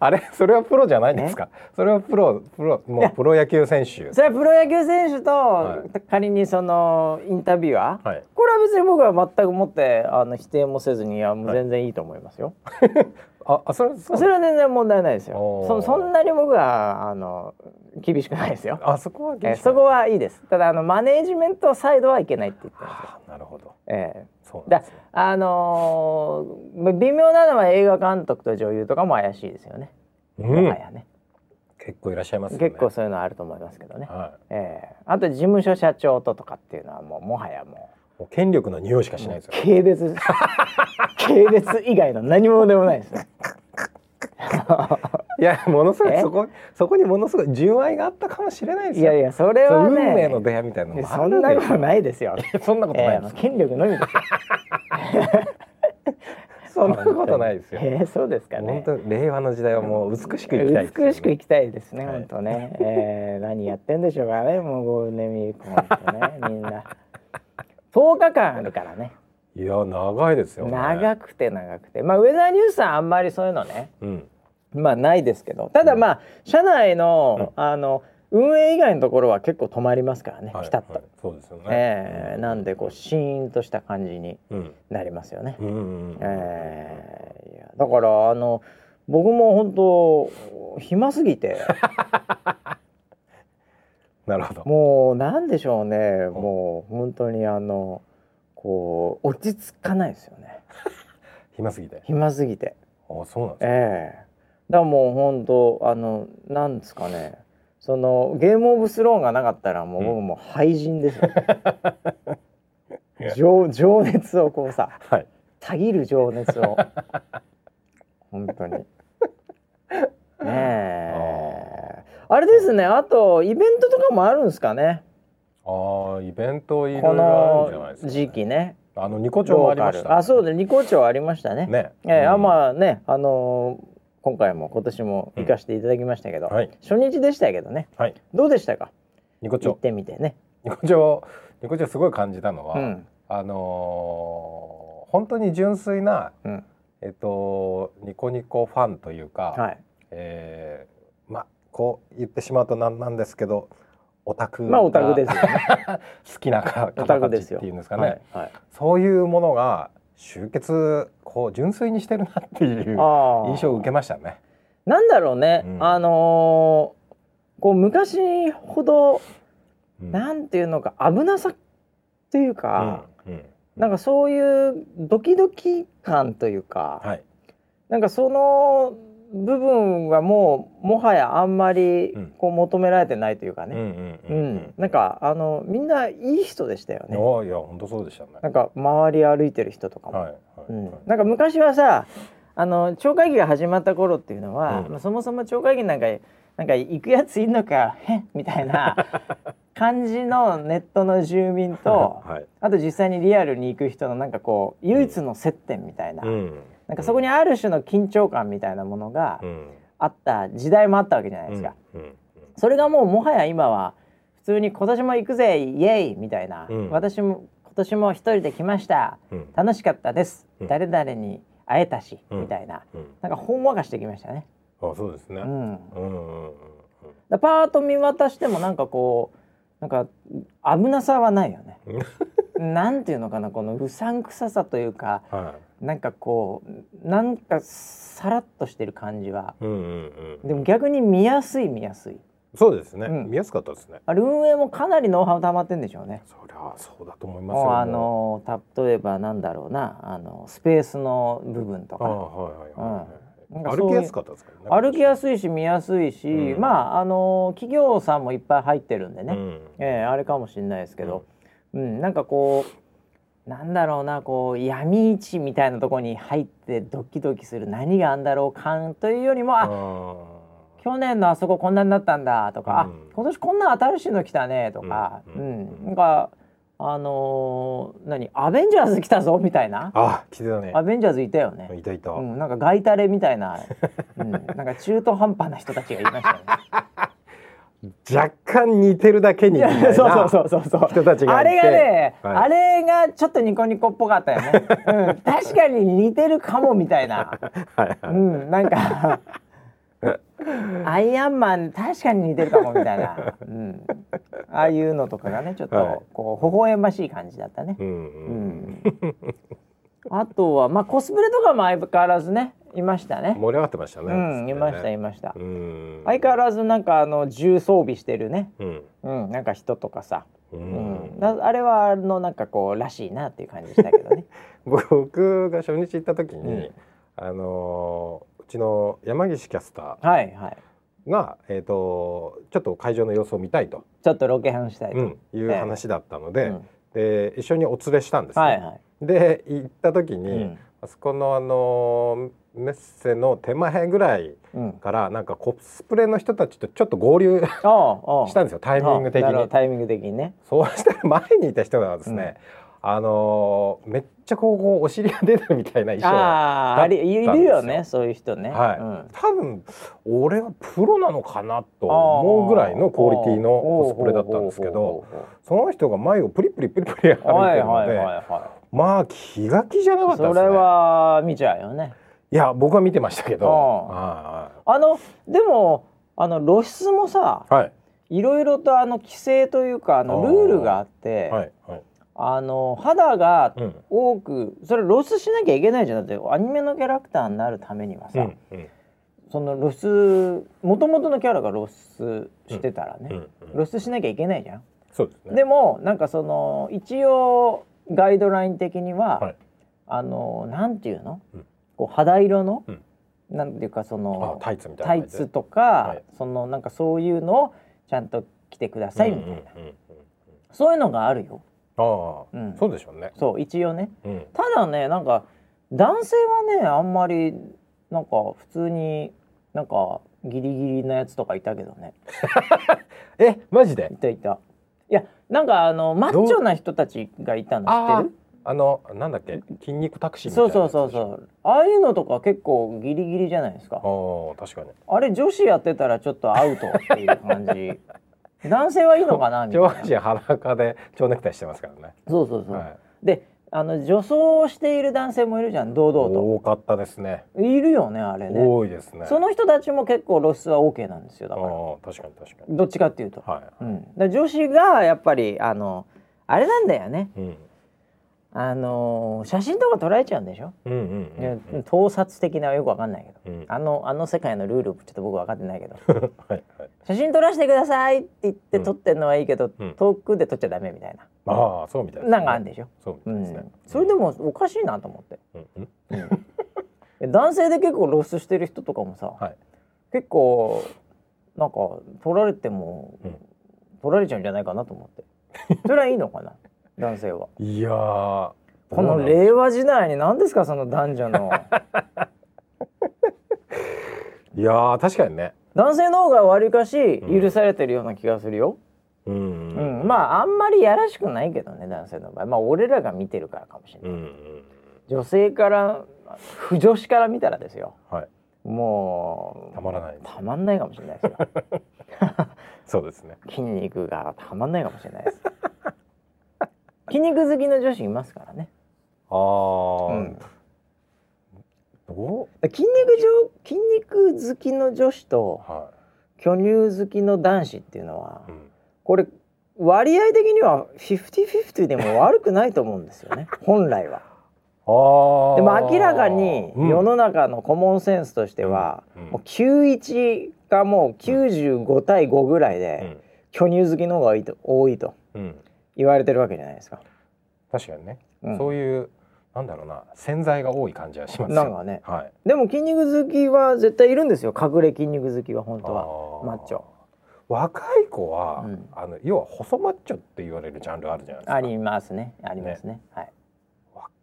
S2: あれ、それはプロじゃないんですか。それはプロ、プロ、もうプロ野球選手。
S1: それはプロ野球選手と、
S2: は
S1: 仮にそのインタビュアー、
S2: はい。
S1: これは別に僕は全くもってあの否定もせずにいやもう
S2: はい
S1: 全然いいと思いますよ。
S2: あ、あ、それ、
S1: それは全然問題ないですよ。
S2: おー
S1: そそんなに僕はあの厳しくないですよ。
S2: あそこは厳
S1: え
S2: 守
S1: ーそこはいいです。ただあのマネージメントサイドはいけないって言ってます。
S2: はあ、なるほど。
S1: え
S2: そう
S1: ー
S2: なん
S1: だ
S2: ですね。
S1: あのーま微妙なのは映画監督と女優とかも怪しいですよね。
S2: うん
S1: もはやね。
S2: 結構いらっしゃいますよね。
S1: 結構そういうのはあると思いますけどね。
S2: は
S1: ええあと事務所社長ととかっていうのはもうもはやも
S2: い。もう権力の匂いしか
S1: う
S2: しないですよ。
S1: 軽蔑軽蔑以外の何もでもないですよ。
S2: いや、ものすごい、
S1: え
S2: そこ、そこにものすごい純愛があったかもしれないです
S1: い
S2: よ。
S1: やいや それ
S2: そう
S1: は
S2: 運
S1: ね
S2: 命の出会いみたいなのもあ
S1: そ
S2: る
S1: んな
S2: でしょ
S1: ことないですよ。
S2: そんなことな
S1: え
S2: い
S1: え
S2: です。
S1: 権力のみですよ。
S2: そんなことないですよ。
S1: ええ そうですか
S2: 本
S1: ね。
S2: 当に令和の時代はもう美しく生きたいですよね。
S1: 美しく生きたいですね、
S2: はい
S1: 本当ね、ええ何やってんでしょうかね、もうゴールデンウィーク本 当ね、みんな。10日間あるからね、
S2: いや、長いですよ、ね。
S1: 長くて長くて、まあウェザーニュースさんあんまりそういうのね、
S2: うん。
S1: まあないですけどただまあ社内の,、あの運営以外のところは結構止まりますからね、
S2: はい
S1: ピタッと、
S2: はいそうですよね。
S1: ええ
S2: うん
S1: なんでこうシーンとした感じに
S2: うん。
S1: なりますよね、
S2: うんうんうん。
S1: ええいやだからあの僕も本当暇すぎて
S2: なるほど。
S1: もうなんでしょうねもう本当にあのこう落ち着かないですよね
S2: 暇すぎて。
S1: 暇すぎて
S2: あ、そうなんですか。
S1: ええだからもう本当あのなんですかねそのゲームオブスローンがなかったらもう
S2: うん
S1: 僕もう廃人です よ、情情熱をこうさ
S2: はい。
S1: たぎる情熱 を本当にねえあれですねあとイベントとかもあるんですかね
S2: ああ、イベントいろい
S1: こ
S2: ろあるんじゃない
S1: の
S2: ですか、ね。
S1: 時期ね
S2: あのニコ町もありました、
S1: あそうでニコ町ありましたね
S2: ね。
S1: ええあ
S2: あ。
S1: まあねあのー今回も今年も行かせていただきましたけど、
S2: はい
S1: 初日でしたけどね
S2: はい。
S1: どうでしたか
S2: ニコ
S1: 行っ
S2: 町。
S1: てみてね、
S2: ニコ町。ニコ町すごい感じたのは、
S1: うん
S2: あのー本当に純粋な、
S1: うん
S2: えっとニコニコファンというか、
S1: はい、
S2: えーまあこう言ってしまうとなんなんですけど、オタク。
S1: まあオタクですよね、
S2: 好きな方
S1: オタク
S2: た
S1: で
S2: ち
S1: すよ
S2: っていうんですかね、
S1: はいはい
S2: そういうものが集結こう純粋にしてるなっていう
S1: あー
S2: 印象を受けましたね。
S1: なんだろうね、
S2: うん
S1: あのーこう昔ほど
S2: うん
S1: なんていうのか危なさっていうか、
S2: うんうん
S1: なんかそういうドキドキ感というか、
S2: はい
S1: なんかその部分はもうもはやあんまり
S2: うん
S1: こう求められてないというか
S2: うんう
S1: ね、
S2: ん
S1: う
S2: うんん
S1: なんかあのみんないい人でしたよね。
S2: ああいや本当そうでしたね。
S1: なんか周り歩いてる人とかも、
S2: はいはい
S1: うん
S2: はい。
S1: なんか昔はさあの町会議が始まった頃っていうのは、
S2: うん
S1: まあそもそも町会議なんかなんか行くやついんのか へっみたい な感じのネットの住民 と
S2: はい。
S1: あと実際にリアルに行く人のなんかこう唯一の接点みたいな、
S2: うん。
S1: なんかそこにある種の緊張感みたいなものが
S2: うん
S1: あった時代もあったわけじゃないですか。
S2: うんうん
S1: それがもうもはや今は普通に今年も行くぜイエイみたいな、
S2: うん
S1: 私も今年も一人で来ました
S2: うん
S1: 楽しかったです、
S2: うん
S1: 誰々に会えたし、
S2: うん
S1: みたいな
S2: うん
S1: なんかほんわかしてきましたね、
S2: あそうですね
S1: う。ん、だか
S2: うんうんうん
S1: らパーッと見渡してもなんかこうなんか危なさはない よねなんていうのかなこのうさんくささというか
S2: は。
S1: なんかこうなんかさらっとしてる感じはい
S2: うんうんうん。
S1: でも逆に見やすい見やすい
S2: そうですね。
S1: うん
S2: 見やすかったですね。
S1: あれ運営もかなりノウハウ溜まってんでしょうね
S2: そりゃそうだと思います
S1: もう
S2: よ。
S1: あのた例えばなんだろうなあのスペースの部分と
S2: あ
S1: か
S2: あはいは
S1: う
S2: い
S1: ん
S2: はい
S1: なん
S2: は
S1: か
S2: い。
S1: そういう
S2: 歩きやすかったですからね。
S1: 歩きやすいし見やすいし、
S2: うん
S1: まああの企業さんもいっぱい入ってるんでね、
S2: うん
S1: ええあれかもしれないですけど、うんなんかこうなんだろうなこう闇市みたいなとこに入ってドキドキする何があんだろう感というよりも、
S2: あ
S1: あ
S2: ー
S1: 去年のあそここんなになったんだとか、
S2: うん
S1: あ今年こんな新しいの来たねとか、う
S2: うんん
S1: なんかあのー何アベンジャーズ来たぞみたいな
S2: あ来てたね
S1: ア。ベンジャーズいたよね。
S2: いたいた。
S1: うん、なんかガイタレみたいな、うん、なんか中途半端な人たちがいましたね。
S2: 若干似てるだけ に
S1: い
S2: みたいな
S1: やそうそうそうそうそう。
S2: 人たちが
S1: あ
S2: いて
S1: れがね、
S2: はい
S1: あれがちょっとニコニコっぽかったよね。うん、確かに似てるかもみたいな。。
S2: はいはいう
S1: ん、なん かアイアンマン確かに似てるかもみたいな。うん、ああいうのとかがね、ちょっ
S2: はい
S1: とこう微笑ましい感じだったね。
S2: うん
S1: う
S2: うん
S1: ん。あとはまあコスプレとかも相変わらずねいましたね。
S2: 盛り上がってましたね。
S1: うん、いましたいました。
S2: うん。
S1: 相変わらずなんかあの重装備してるね、
S2: うん。
S1: うん、なんか人とかさ、
S2: う
S1: うん
S2: ん。
S1: なあれはあのなんかこうらしいなっていう感じしたけど ね
S2: 僕が初日行った時に、
S1: うん
S2: あのーうちの山岸キャスタ
S1: はいはい
S2: ーがえっ、とちょっと会場の様子を見たいと、
S1: ちょっとロケハンしたいと、
S2: うんいう話だったので、
S1: うん
S2: で一緒にお連れしたんです、ね
S1: はいはい、
S2: で行った時に、
S1: うん
S2: あそこのあのーメッセの手前ぐらい
S1: うん、
S2: からなんかコスプレの人たちとちょっと合流
S1: ああああ
S2: したんですよタイミング的
S1: ああなるほど
S2: に。
S1: タイミング的にね
S2: そうしたら前にいた人がですね、あのーめっちゃこうこうお尻が出てるみたいな衣装を
S1: あああれい
S2: だった
S1: る
S2: んですよ
S1: よねそういう人ね、
S2: はい
S1: うん
S2: 多分俺はプロなのかなと思うぐらいのクオリティのコスプレだったんですけどその人が前をプリプリプリプリ歩いてる
S1: ああ
S2: の
S1: はい
S2: で、
S1: はいはいは
S2: まあ気が気じゃなかっ
S1: い
S2: たで
S1: そ
S2: すね
S1: れは見ちゃうよね
S2: いや僕は見てましたけ
S1: あ
S2: どは
S1: あのでもあの露出もさ
S2: いはい
S1: いろいろとあの規制というかあの
S2: あー
S1: ルールがあって
S2: はいはい
S1: あの肌が
S2: うん
S1: 多くそれ露出しなきゃいけないじゃんだってアニメのキャラクターになるためには
S2: う
S1: さ、
S2: んうん
S1: その露出もともとのキャラが露出してたらね、
S2: うんうん
S1: 露出しなきゃいけないじゃん。
S2: そうですね
S1: でもなんかその一応ガイドライン的には、
S2: はい
S1: あのなんていうの、
S2: うん
S1: こう肌色の、
S2: うん
S1: なんていうかそ
S2: あ
S1: の
S2: タイツみたいな
S1: タイ
S2: 感じで
S1: ツとか、
S2: い
S1: そのなんかそういうのをちゃんと着てくださいみたいな、
S2: うんうんうんうん
S1: そういうのがあるよ。
S2: ああ、
S1: うん
S2: そうでしょうね
S1: そう一応ね
S2: うん
S1: ただねなんか男性はねあんまりなんか普通になんかギリギリなやつとかいたけどね
S2: えマジで
S1: いたいたいやなんかあのマッチョな人たちがいたの知ってる
S2: あのなんだっけ筋肉タクシーみたい
S1: そう
S2: な
S1: そうそうそうああいうのとか結構ギリギリじゃないですか
S2: うああ確かに
S1: あれ女子やってたらちょっとアウトっていう感 じ男性はいいのかなみたい
S2: 上
S1: な
S2: 半身裸で蝶ネクタイしてますからね
S1: そうそうそう、
S2: はい
S1: であの女装をしている男性もいるじゃん堂々と
S2: 多かったですね
S1: いるよねあれね
S2: 多いですね
S1: その人たちも結構露出は OK なんですよだ
S2: あ
S1: から
S2: あ確かに確かに
S1: どっちかっていうと、
S2: は
S1: うん、だから女子がやっぱりあのあれなんだよね
S2: いうん
S1: あのー写真とか撮られちゃうんでしょ、
S2: うんうんうん
S1: いや盗撮的なよくわかんないけど
S2: うん
S1: あのあの世界のルールちょっと僕分かってないけど
S2: はいはい
S1: 写真撮らせてくださいって言って
S2: うん
S1: 撮ってんのはいいけど、
S2: うん
S1: 遠くで撮っちゃダメみたいな、
S2: ああそうみたいですね
S1: なんかあるんでしょ、
S2: そうみ
S1: う
S2: たいですね
S1: ん、それでもおかしいなと思って
S2: うんうん
S1: 男性で結構露出してる人とかもさ、
S2: はい
S1: 結構なんか撮られても、
S2: うん
S1: 撮られちゃうんじゃないかなと思ってそれはいいのかな 男性はい
S2: やー
S1: この
S2: どうなん
S1: 令和時代に何ですかその男女 の
S2: いやー確かにね
S1: 男性の方がわりかし
S2: ん
S1: 許されてるような気がするよ、
S2: うん
S1: う
S2: うんん
S1: まああんまりやらしくないけどね男性の場合まあ俺らが見てるからかもしれない、
S2: うんうん
S1: 女性から不女子から見たらですよ
S2: はい
S1: もう
S2: たまらない
S1: たまんないかもしれないですよ
S2: そうですね
S1: 筋肉がたまんないかもしれないです 筋肉好きの女子いますからね、
S2: ああ、
S1: うん、
S2: どう
S1: 筋肉上筋肉好きの女子と
S2: は、
S1: 巨乳好きの男子っていうのはい
S2: うん、
S1: これ割合的には50-50でも悪くないと思うんですよ ね本来は。
S2: ああ
S1: でも明らかに世の中のコモンセンスとしては、
S2: うんうん
S1: もう91がもう95対5ぐらいで、巨乳好きの方が多いと多いと
S2: うん、うん、
S1: 言われてるわけじゃないですか。
S2: 確かにね、
S1: うん
S2: そういうなんだろうな洗剤が多い感じはしますよ
S1: なんかね
S2: はい
S1: でも筋肉好きは絶対いるんですよ隠れ筋肉好きは本当は。
S2: は
S1: マッチョ
S2: 若い子は、
S1: うん
S2: あの要は細マッチョって言われるジャンルあるじゃないですか
S1: ありますねありますねはい、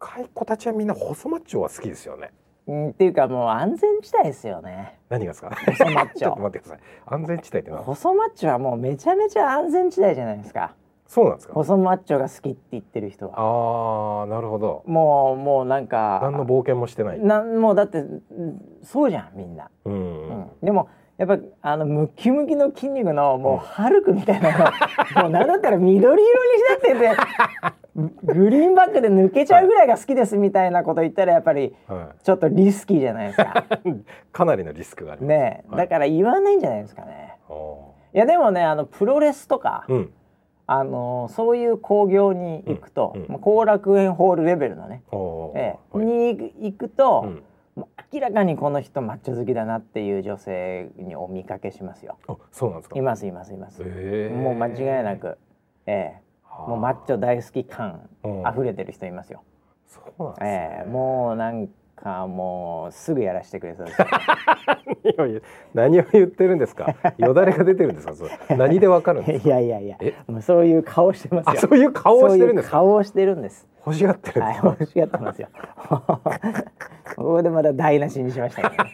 S2: 若い子たちはみんな細マッチョは好きですよね
S1: うん。っていうかもう安全地帯ですよね
S2: 何がですか
S1: 細マッチ
S2: ちょっと
S1: ョ。
S2: 待ってください安全地帯ってな
S1: 細マッチョはもうめちゃめちゃ安全地帯じゃないですか
S2: そうなんですか
S1: 細マッチョが好きって言ってる人は。
S2: ああなるほど
S1: もうもうなんか
S2: 何の冒険もしてない
S1: なんもうだってうんそうじゃんみんな、
S2: うん、
S1: うんでもやっぱあのムキムキの筋肉のもうハルクみたいなの、 もうなんだったら緑色になっててグリーンバックで抜けちゃうぐらいが好きですみたいなこと言ったらやっぱり
S2: は
S1: ちょっとリスキーじゃないです か
S2: い、かなりのリスクがあります
S1: ねえ
S2: はい
S1: だから言わないんじゃないですかね
S2: お
S1: いやでもねあのプロレスとか、
S2: ーうん
S1: あのそういう興行に行くと
S2: うんうん
S1: まあ後、楽園ホールレベルのね、
S2: おー
S1: ええ
S2: はい
S1: に行くと、
S2: うん
S1: もう明らかにこの人マッチョ好きだなっていう女性にお見かけしますよ。
S2: あそうなんですか
S1: いますいますいます。
S2: えー
S1: もう間違いなく、ええもうマッチョ大好き感
S2: うん
S1: 溢れてる人いますよ。
S2: そうなんで
S1: え
S2: すね、
S1: えもうなんかもうすぐやらしてくれそうです。
S2: 何を言う何を言ってるんですかよだれが出てるんですかそれ 何でわかるんです
S1: いやいやいや
S2: え、
S1: もうそういう顔してま
S2: かあ
S1: す
S2: そ
S1: よ。
S2: ういう顔をしてるんで
S1: そうい
S2: す
S1: う
S2: か
S1: 顔をしてるんです。
S2: 欲しがってるんで
S1: は
S2: す
S1: い、
S2: か、
S1: 欲しがってますよ。 ここでまた台無しにしましたけどね。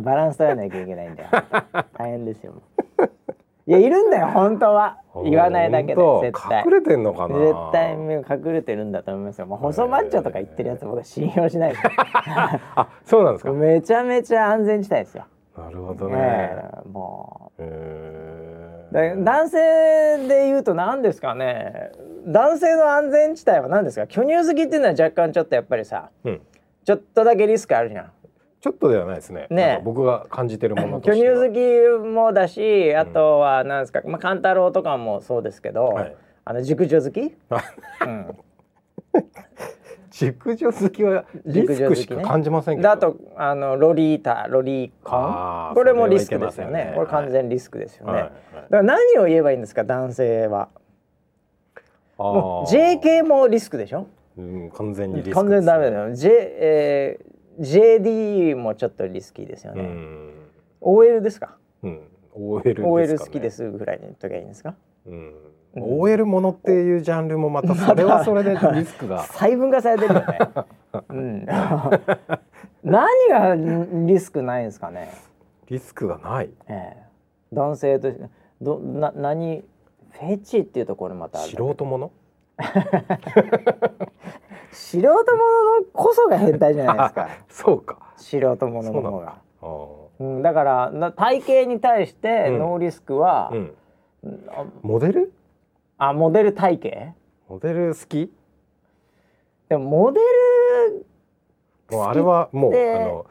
S1: バランス取らなきゃいけないんだよ。大変ですよ。もういや、いるんだよ、本当は。言わないだけで、
S2: 本当
S1: 絶対
S2: 隠。れてんのかな
S1: 絶対目隠れてるんだと思いますよ。もう細マッチョとか言ってるやつ、僕は信用しないです
S2: あそうなんですか
S1: よ。めちゃめちゃ安全地帯ですよ。
S2: なるほどね、
S1: ええも
S2: へ
S1: う。だ
S2: え
S1: 男性で言うと何ですかね男性の安全地帯は何ですか巨乳好きっていうのは若干ちょっとやっぱりさ
S2: うん、
S1: ちょっとだけリスクあるじゃん
S2: ちょっとではないですね
S1: ねえ
S2: なんか僕が感じてるものと
S1: 巨
S2: し
S1: 乳
S2: ては
S1: 好きもだしあとは何ですか、まあ勘太郎とかもそうですけど、
S2: はい
S1: あの熟女好き、
S2: 熟女好きはリスクしか感じません
S1: う
S2: け
S1: ん、
S2: ど、
S1: だとあのロリータロリコ
S2: あ
S1: ン
S2: ー
S1: これもリスクですよね
S2: そ
S1: こ
S2: れはいけませんね
S1: れ完全リスクですよね、
S2: はいはい
S1: だから何を言えばいいんですか男性は
S2: あー
S1: もう JK もリスクでしょ
S2: うん、完全にリスクです
S1: 完全にダメだよ、J えー JD もちょっとリスキーですよ
S2: う
S1: ね、
S2: ん、
S1: OL ですか
S2: うん OL ですか、ね、
S1: OL 好きで、すぐらいに言っときゃいいんですか
S2: うん、OL ものっていうジャンルもまたそれはそれでリスクが
S1: 細分化されてるよね。うん、 何がリスクないんですかね。
S2: リスクがない
S1: ええ男性としてどな何フェチっていうところまたある。
S2: 素人もの
S1: 素人ものこそが変態じゃない ですか。
S2: そうか
S1: 素人もの
S2: そ
S1: の方
S2: うなん
S1: が
S2: だ。あー
S1: うん、だからな体型に対して
S2: うん
S1: ノーリスクは、
S2: うん
S1: あ
S2: モデル
S1: あモデル体型
S2: モデル好き
S1: でもモデル
S2: もうあれはもう
S1: 好きって
S2: あの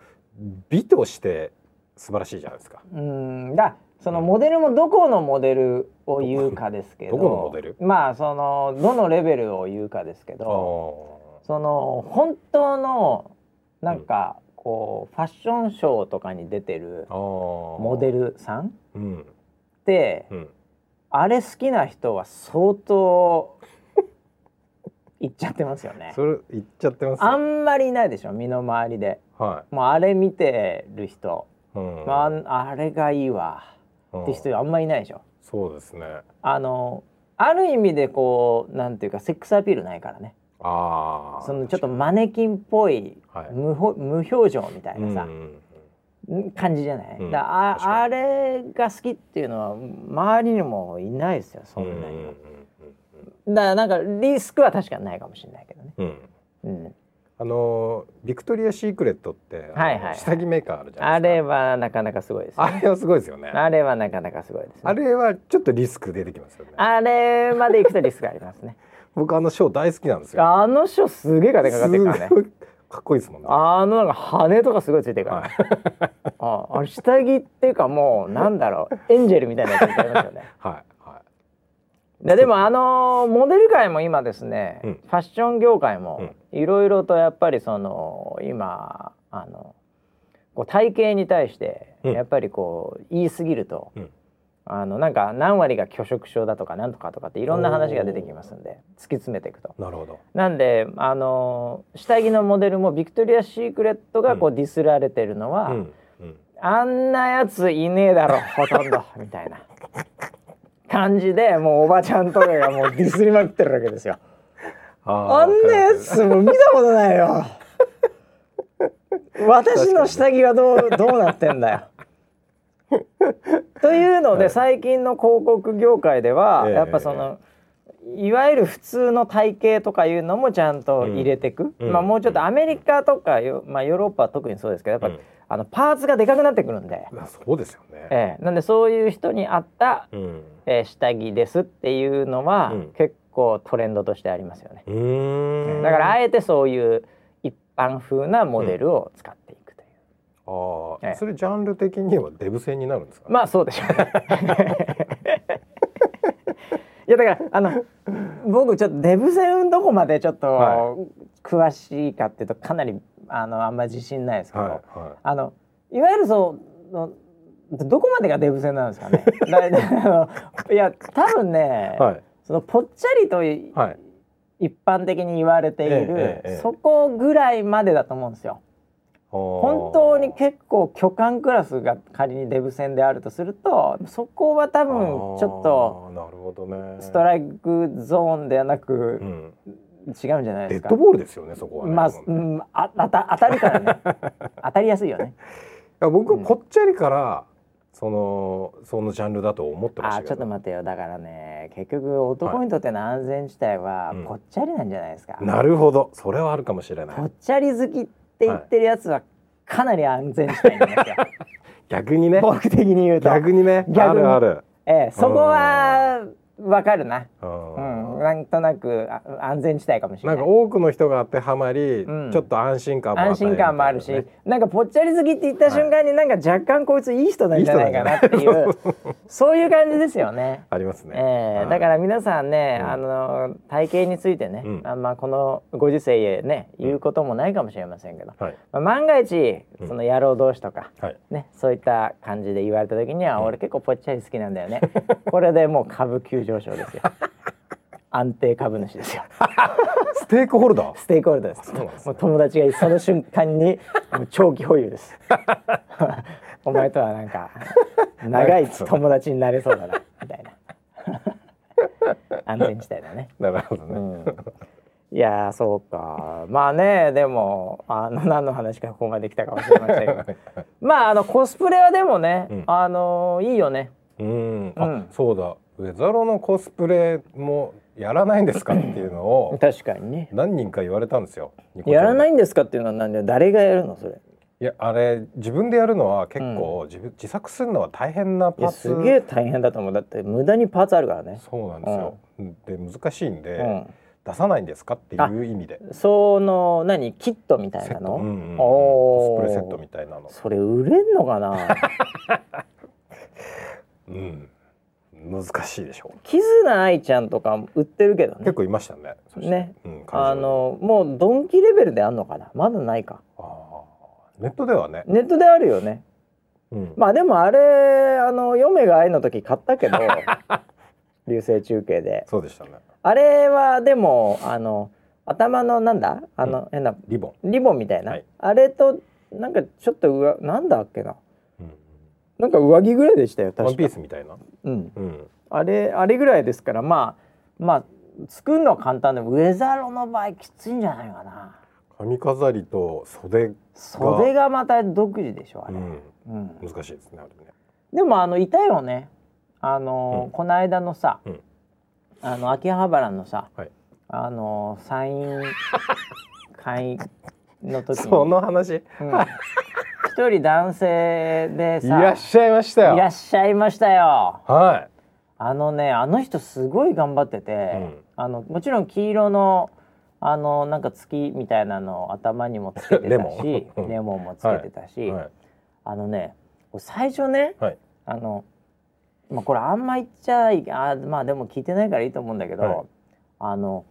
S2: 美として素晴らしいじゃないですか
S1: うんだそのモデルもどこのモデルを言うかですけど
S2: どこのモデル
S1: まあそのどのレベルを言うかですけ
S2: あ
S1: どその本当のなんかこうファッションショーとかに出てるモ
S2: モ
S1: デルさんっ
S2: うん
S1: て
S2: うん
S1: あれ好きな人は相当 いっちゃってますよね
S2: それ言っちゃってます
S1: あんまりいないでしょ身の回りで
S2: は
S1: もうあれ見てる人、
S2: い、うん
S1: まあ、あれがいいわ
S2: うん
S1: って人あんまりいないでしょ
S2: そうですね
S1: あのある意味でこうなんていうかセックスアピールないからね
S2: ああ
S1: そのちょっとマネキンっぽい
S2: はい
S1: 無ほ無表情みたいなさ
S2: うんう、ん
S1: 感じじゃない、
S2: うん
S1: だ
S2: 確
S1: あ
S2: か
S1: あれが好きっていうのは周りにもいないですよそんなには、だからなんかリスクは確かにないかもしれないけどね、
S2: うんうんうん
S1: うん、
S2: あのビクトリア・シークレットってあの
S1: はいはいはい
S2: 下着メーカーあるじゃな
S1: あ
S2: いで
S1: れ
S2: すか
S1: はなかなかすごいですよ
S2: あれはすごいですよね
S1: あれはなかなかすごいです、ね、
S2: あれはちょっとリスク出てきますよね
S1: あれまで行くとリスクがあります ね
S2: 僕あのショー大好きなんですよ
S1: あの人すげえ金かかってるからね
S2: すごいかっこいいですもんね
S1: あのなんか羽とかすごいついてるから、
S2: はい
S1: ああれ下着っていうかもうなんだろうエンジェルみたいなやつになりますよね
S2: はいは
S1: ででもあのモデル界も今ですね、
S2: うん
S1: ファッション業界もいろいろとやっぱりその今あのこう体型に対して
S2: うん
S1: やっぱりこう言い過ぎると、
S2: うん
S1: あのなんか何割が拒食症だとかなんとかとかっていろんな話が出てきますんで突き詰めていくと。
S2: いなるほど
S1: なんであの下着のモデルもビクトリア・シークレットがこうディスられてるのは、
S2: うんうん
S1: あんなやついねえだろほとん どみたいな感じでもうおばちゃんとかがもう ディスりまくってるわけですよ。あ
S2: あ
S1: んなやつもう見たことない よ。私の下着はどうどうなってんだよ。 というので、最近の広告業界では、
S2: ええ
S1: やっぱその。いわゆる普通の体型とかいうのもちゃんと入れてく、
S2: うん
S1: まあ、
S2: うん
S1: もうちょっとアメリカとかよ、まあ、ヨーロッパは特にそうですけどやっぱ、
S2: うん
S1: あのパーツがでかくなってくるんで、
S2: あそうですよね
S1: ええ、なんでそういう人に合った、
S2: うん
S1: えー下着ですっていうのは、
S2: うん
S1: 結構トレンドとしてありますよね、
S2: うーん
S1: だから
S2: あ
S1: あえてそういう一般風なモデルを使っていくという、
S2: ー
S1: ええ
S2: それジャンル的にはデブ戦になるんですか
S1: まあそうでしょうね いやだからあの僕ちょっとデブ戦どこまでちょっ
S2: は
S1: と詳しいかっていうとかなりあのあんま自信ないですけど、
S2: はいはい
S1: あのいわゆるそうのどこまでがデブ戦なんですか ね。だいだいあのいや多分ね、
S2: はい
S1: そのぽっちゃりとい
S2: はい
S1: 一般的に言われている、
S2: ええええええ
S1: そこぐらいまでだと思うんですよ。本
S2: 本
S1: 当に結構巨漢クラスが仮にデブ戦であるとするとそこは多分ちょっと
S2: あーなるほどね
S1: ストライクゾーンではなく
S2: うん
S1: 違うんじゃないで
S2: デ
S1: す
S2: ッ
S1: か。
S2: ドボールですよねそこはね
S1: まあ、
S2: も
S1: う
S2: うねい
S1: ん、あ当た当たるから ね当たりやすいよね。
S2: や僕はぽっちゃりからそのそのジャンルだと思ってまし
S1: あ
S2: た
S1: ーちょっ
S2: け
S1: と
S2: ど
S1: 待ってよだからね結局男にとっての安全地帯は
S2: うん
S1: ぽっちゃりなんじゃないですか、
S2: なるほどそれはあるかもしれな
S1: ぽ
S2: い
S1: っちゃり好きって言ってるやつはかなり安全地帯なんです よ
S2: 逆にね
S1: 僕的に言うと、
S2: 逆にね
S1: 逆に
S2: あるある
S1: ええ、そこはわかるな、
S2: う
S1: うんん、なんとなくあ安全地帯かもしれ
S2: な
S1: なんい
S2: か多くの人が当てはまり、
S1: うん
S2: ちょっと安心感も与え
S1: 安心感もあるし、
S2: みたいなね
S1: なんかぽっちゃり好きって言った瞬間に、なんか若干こいついい人なんじゃないかなって
S2: いい
S1: い
S2: 人
S1: うそういう感じですよね。
S2: ありますね、
S1: え
S2: は
S1: え
S2: い
S1: だから皆さんね、
S2: うん
S1: あの体型についてね、
S2: うん
S1: あんまこのご時世へね言うこともないかもしれませんけど、
S2: はい
S1: まあ万が一
S2: うん
S1: その野郎同士とか、
S2: はい
S1: ねそういった感じで言われた時には、俺結構ぽっちゃり好きなんだよね これでもう株急上昇ですよ 安定株主ですよ
S2: ステークホルダー
S1: ステークホルダーです
S2: そうなんですね
S1: もう友達がその瞬間にもう長期保有です お前とはなんか長い友達になれそうだなみ たいな安全地帯だね
S2: なるほどね、
S1: いやーそうかまあねでもあの何の話かここまで来たかもしれませんけど まああのコスプレはでもね、
S2: うん
S1: あのいいよね
S2: うん、あ、
S1: うん
S2: そうだウェザロのコスプレもやらないんですかっていうのを
S1: 確かにね
S2: 何人か言われたんですよニコちゃ
S1: やら
S2: ん
S1: ないんですかっていうのは何だよ誰がやるのそれ
S2: いやあれ自分でやるのは結構、自分自作するのは大変ないパー
S1: や
S2: ツ
S1: すげえ大変だと思うだって無駄にパーツあるからね、
S2: そうなんですよ、で難しいんで、
S1: うん
S2: 出さないんですかっていう意味で
S1: その何キットみたい
S2: セ
S1: な
S2: ット、
S1: の、
S2: うんうんうん
S1: お
S2: コ
S1: ー
S2: スプレセットみたいなの
S1: それ売れんのかな
S2: うん難しいでしょ
S1: キズナアイちゃんとかも売ってるけど
S2: う結
S1: ね
S2: 構いましたねそして
S1: ね
S2: うん、感
S1: あ
S2: じは
S1: のもうドンキレベルであんのかなまだないか
S2: あーネットではね、
S1: ネットであるよね
S2: うん
S1: まあでもあれあの嫁が愛の時買ったけ ど流星中継で
S2: そうでしたね
S1: あれはでもあの頭のなんだあの、変な
S2: リボン、
S1: リボンみたいな、
S2: はい
S1: あれとなんかちょっと上なんだっけな
S2: うん
S1: なんか上着ぐらいでしたよ
S2: ワン
S1: 確
S2: ピ
S1: か
S2: ースみたいな、
S1: うん
S2: うん、
S1: あれあれぐらいですからまあまあ作るのは簡単でウェザロの場合きついんじゃないかな
S2: 髪飾りと袖、
S1: 袖がまた独自でしょあ
S2: う
S1: れ、
S2: ん、
S1: うん
S2: 難しいですねあれね
S1: でもあのいたよねあのー、
S2: うん
S1: この間のさ、
S2: うん
S1: あの秋葉原のさ、
S2: はい
S1: あのー参院会員の時に
S2: その話い
S1: うん一人男性でさ
S2: らっしゃいましたよ
S1: いらっしゃいましたよ
S2: は
S1: あのねあの人すごい頑張ってて、
S2: ん
S1: あのもちろん黄色のあのなんか月みたいなのを頭にもつ けてたし
S2: レモンうん
S1: レモンもつけてたし、
S2: い、はい、
S1: あのね最初ね、
S2: はい
S1: あの、まあ、これあんま言っちゃいあまあでも聞いてないからいいと思うんだけど、
S2: はい
S1: あの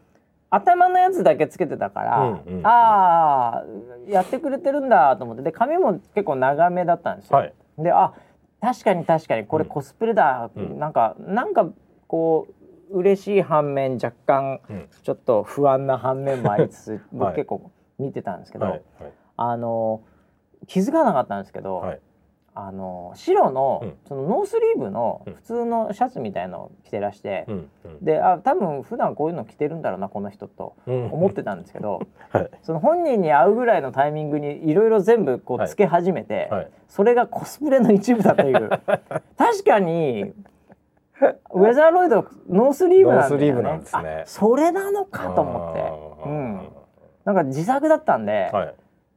S1: 頭のやつだけつけてたから、
S2: うんうんうん
S1: ああやってくれてるんだと思ってで髪も結構長めだったんですよ。
S2: はい、
S1: であ確かに確かにこれ
S2: うん
S1: コスプレだ、
S2: うん
S1: なんかなんかこう嬉しい反面若干
S2: うん
S1: ちょっと不安な反面もありつつ、僕
S2: はい
S1: 結構見てたんですけど、
S2: はいはい
S1: あの気づかなかったんですけど、
S2: はい
S1: あの白の,、
S2: うん
S1: そのノースリーブの
S2: うん
S1: 普通のシャツみたいのを着てらして、
S2: うんうん
S1: であ多分普段こういうの着てるんだろうなこの人と
S2: うん
S1: 思ってたんですけど、
S2: はい
S1: その本人に会うぐらいのタイミングにいろいろ全部こ
S2: は
S1: う
S2: い
S1: つけ始めて、
S2: はい
S1: それがコスプレの一部だという 確かにウェザーロイドノースリーブなんだよ
S2: ノースリーブなんですね
S1: あそれなのかと思ってなんか自作だったんで、
S2: あーはい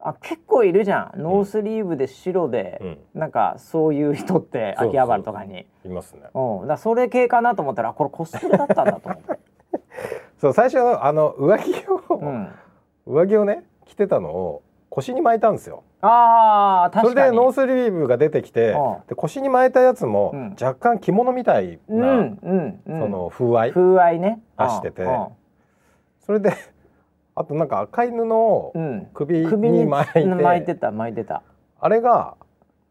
S1: あ結構いるじゃんノースリーブで白で、
S2: うん
S1: なんかそういう人って
S2: そうそう
S1: 秋葉原とかに
S2: います
S1: う
S2: ね
S1: んだからそれ系かなと思ったらあこれコスプレだったんだと思っ て、
S2: そう最初あの上着
S1: う
S2: を、
S1: ん、
S2: 上着をね着てたのを腰に巻いたんですよ
S1: あー
S2: そ
S1: 確
S2: れ
S1: かに
S2: でノースリーブが出てきて
S1: うん
S2: で腰に巻いたやつも、
S1: うん
S2: 若干着物みたいな、
S1: うんうんうん、
S2: その風合い
S1: 風合いね
S2: 出してて
S1: うん
S2: それであとなんか赤い布を
S1: うん
S2: 首に
S1: 首に
S2: 巻いて
S1: 巻いてた巻いてた
S2: あれが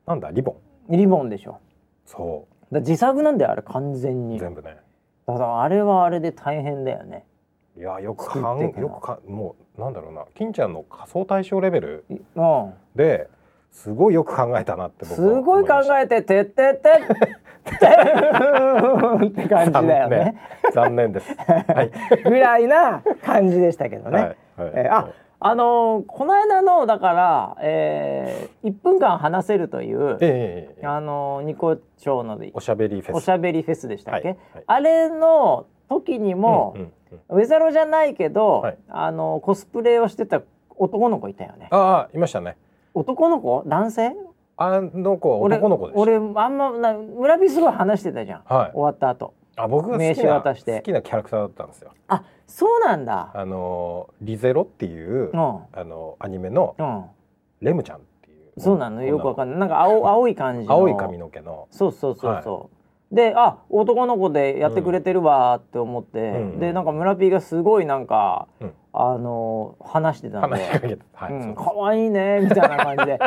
S2: なんだリボン
S1: リボンでしょだか
S2: そ
S1: ら自作なんだよあれ完全
S2: う
S1: にだ
S2: 全部ね
S1: からあれはあれで大変だよね
S2: いやよく
S1: 作
S2: かん
S1: っていくな
S2: よくかもうなんだろうな金ちゃんの仮想対象レベル
S1: いうん
S2: ですごいよく考えたなって
S1: す
S2: 僕は
S1: ご
S2: 思
S1: い考
S2: ました
S1: えて「てってって」って って感じだよね
S2: 残 念です。はい。
S1: ぐらいな感じでしたけどね。
S2: はい。はい
S1: えーああのーこの間のだから、えー、1分間話せるという、
S2: ええええええ
S1: あのーニコ町ので
S2: おしゃべりフェス。
S1: おしゃべりフェスでしたっけ、
S2: はいはい
S1: あれの時にも
S2: う、んうんうん
S1: ウェザロじゃないけど、
S2: はい
S1: あのーコスプレをしてた男の子いたよね
S2: ああいましたね。
S1: 男の子男性
S2: あの子は男の子です。
S1: 俺俺あんまな村人すごい話してたじゃん、
S2: はい
S1: 終。わった後
S2: あ僕が
S1: 名
S2: 好き
S1: 刺
S2: な
S1: 渡して
S2: 好きなキャラクターだったんですよ。
S1: あそうなんだ
S2: あのリゼロっていう
S1: う、ん
S2: あのアニメの
S1: うん
S2: レムちゃんっていう。
S1: そうなのよくわか
S2: ん
S1: んないなんか青青い感じの
S2: 青い髪の毛の。
S1: そうそうそうそう。で、あ、男の子でやってくれてるわーって思って、
S2: うん
S1: で、なんか村ピーがすごいなんか、
S2: うん
S1: あのー話してたん
S2: 話しか
S1: で、
S2: けては
S1: う、
S2: い。そうんです
S1: 可愛いねみたいな感じ で、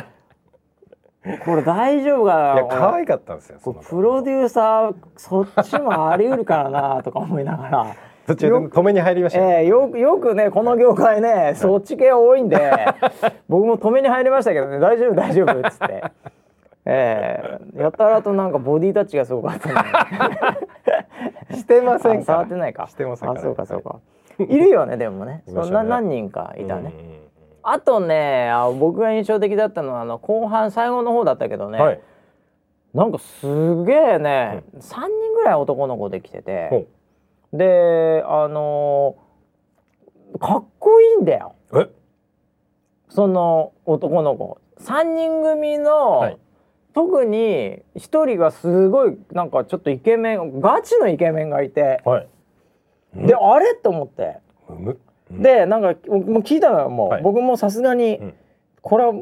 S1: これ大丈夫か
S2: い
S1: な
S2: や可
S1: 俺
S2: 愛かったんですよ。
S1: これプロデ
S2: ュ
S1: ューサーそっちもあり得るからなとか思いながら、
S2: 途中で止めに入りましたね。
S1: えー、よくよくねこの業界ねそっち系多いんで 僕も止めに入りましたけどね大丈夫大丈夫っつって、えー、やたらとなんかボディタッチがすごかったね。
S2: してません
S1: あ触
S2: か
S1: ってないか。
S2: してませんから
S1: あ、そうかそうか。いるよねでもね。
S2: いま
S1: そ
S2: し
S1: ん
S2: たね。
S1: な何人からいたね。
S2: うんうんうん
S1: あとね、あ僕が印象的だったのはあの後半最後の方だったけどね。
S2: はい。
S1: なんかすげえね、三、人ぐらい男の子で来て
S2: ほ
S1: て、
S2: う
S1: で、あのーかっこいいんだよ。
S2: え
S1: その男の子。三人組の、
S2: はい
S1: 特に一人がすごいなんかちょっとイケメンガチのイケメンがいて、
S2: はい。
S1: であれと思って。
S2: むむ
S1: でなんかもう聞いたのよもう、
S2: はい
S1: 僕もさすがに、
S2: うん
S1: これは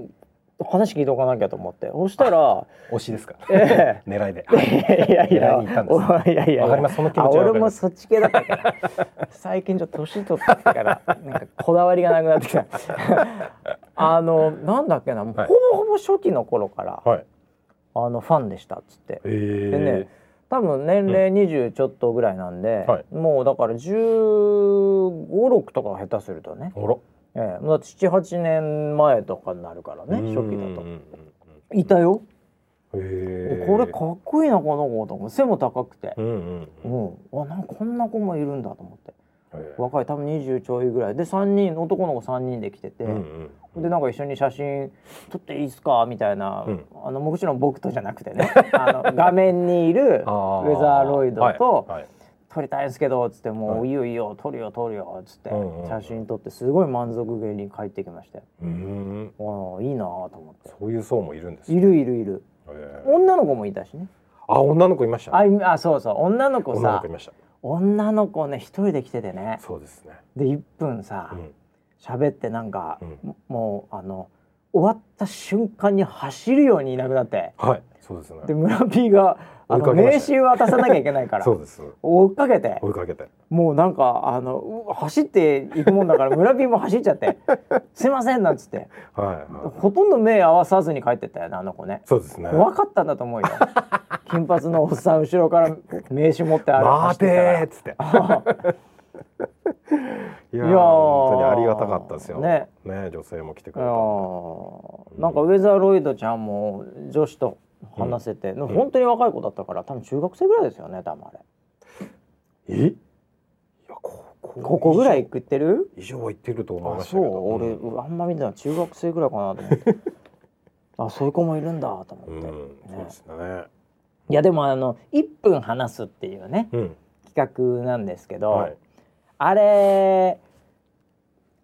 S1: 話聞いておかなきゃと思ってそしたら
S2: 推しですか
S1: 「え
S2: 狙いで。
S1: え
S2: はい
S1: いやいや
S2: 狙いに行ったんです
S1: おいやいや
S2: わかりますその気持
S1: あ
S2: ちはわか
S1: 俺
S2: り
S1: も
S2: ます。
S1: そっち系だったから 最近ちょっと年取ってきたからなんかこだわりがなくなってきた あのなんだっけなもうほ
S2: はい
S1: ぼほぼ初期の頃から、
S2: はい。
S1: あのファンでしたっつって
S2: え
S1: でね多分年齢20ちょっとぐらいなんで、
S2: はい
S1: もうだから1 5六6とか下手するとね、
S2: あら。
S1: ええ、もう78年前とかになるからね初期だと。いた
S2: よ。
S1: よ、
S2: へ
S1: で
S2: え。
S1: これかっこいいなこの子と思って背も高くて
S2: う、んうん
S1: う
S2: う
S1: ん
S2: ん。
S1: あなんかこんな子もいるんだと思って。
S2: へー
S1: 若い多分20ちょいぐらいで3人男の子3人で来てて、
S2: うんうん。
S1: でなんか一緒に写真撮っていいっすかみたいな、
S2: うん
S1: あのもちろん僕とじゃなくてね あの画面にいる
S2: あー
S1: ウェザーロイドと
S2: はいはい
S1: 撮りたいんですけどっつって「もう
S2: はい
S1: いよいいよ撮るよ撮るよ」っつって
S2: うんうんうん
S1: 写真撮ってすごい満足げに帰ってきまして
S2: うーん。
S1: あーいいなーと思って
S2: そういう層もいるんですね。
S1: いるいるいる
S2: へー
S1: 女の子もいたしね
S2: あ、女の子いましたね。
S1: あいあそうそう女の子
S2: 女の
S1: さ
S2: 子いました。
S1: 女の子ね一人で来ててね
S2: そうですね。
S1: で1分さ、
S2: うん
S1: 喋ってなんか、
S2: うん
S1: ももうあの終わった瞬間に走るようにいなくなって
S2: はい。そうですね。
S1: で村 P があの
S2: 追いかけま
S1: 名
S2: した
S1: 刺渡さなきゃいけないから
S2: そうです。
S1: 追っかけて
S2: 追いかけて。
S1: もうなんかあのう走っていくもんだから村 P も走っちゃって 「すいません」なんつって
S2: はいはい。
S1: ほとんど目合わさずに帰ってったよねあの子ね。
S2: そうですね。
S1: 怖かったんだと思う よ金髪のおっさん後ろから名刺持ってあれ
S2: 待てーっつって。 いや
S1: いやー
S2: ー本当にありがたかったですよ。
S1: ね
S2: ね女性も来てく
S1: い
S2: れ
S1: や
S2: た。
S1: ーなんかウェザーロイドちゃんも女子と話せて、
S2: ん
S1: 本当に若い子だったから多分中学生ぐらいですよね多分あれ
S2: え？いや高校
S1: ここぐらい食ってる
S2: 以上は言ってると思い
S1: あ
S2: ましたけ
S1: そう
S2: ど。
S1: 俺
S2: ん
S1: あんま見てない中学生ぐらいかなと思って あそういう子もいるんだと思
S2: う
S1: っ
S2: ん
S1: て、
S2: そうですね。
S1: いやでもあの1分話すっていうね
S2: うん。
S1: 企画なんですけど、
S2: はい。
S1: あれ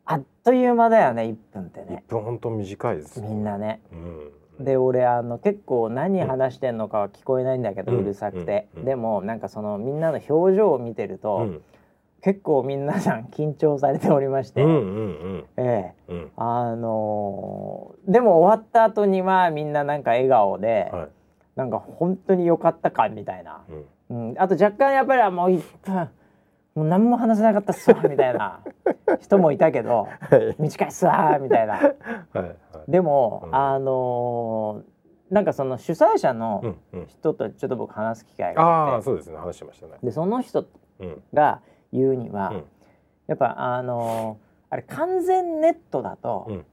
S1: あっという間だよね1分って
S2: 一
S1: ね
S2: 分本当短いです
S1: み。んなね
S2: うん。
S1: で俺あの結構何話してんのかは聞こえないんだけど、う
S2: うん
S1: るさくて、
S2: うんうん
S1: でもなんかそのみんなの表情を見てると、
S2: うん。
S1: 結構みんなさん緊張されておりまして、
S2: うんうん
S1: ええ
S2: うんうん。
S1: あのーでも終わった後にはみんななんか笑顔で、
S2: はい。
S1: なんか本当に良かった感みたいな、
S2: うん。
S1: うん、あと若干やっぱりあもう1分もう何も話せなかったっ すわみたいな人もいたけど
S2: はい
S1: 短いっすわみたいな。
S2: はいはい。
S1: でも、
S2: うん
S1: あのーなんかその主催者
S2: う
S1: の
S2: んうん。
S1: 人とちょっと僕話す機会が
S2: あ
S1: あっ
S2: あ
S1: て、
S2: そうですね話してましたね。
S1: でその人
S2: うん
S1: が言うには、
S2: うん
S1: やっぱあのーあれ完全ネットだと、
S2: うん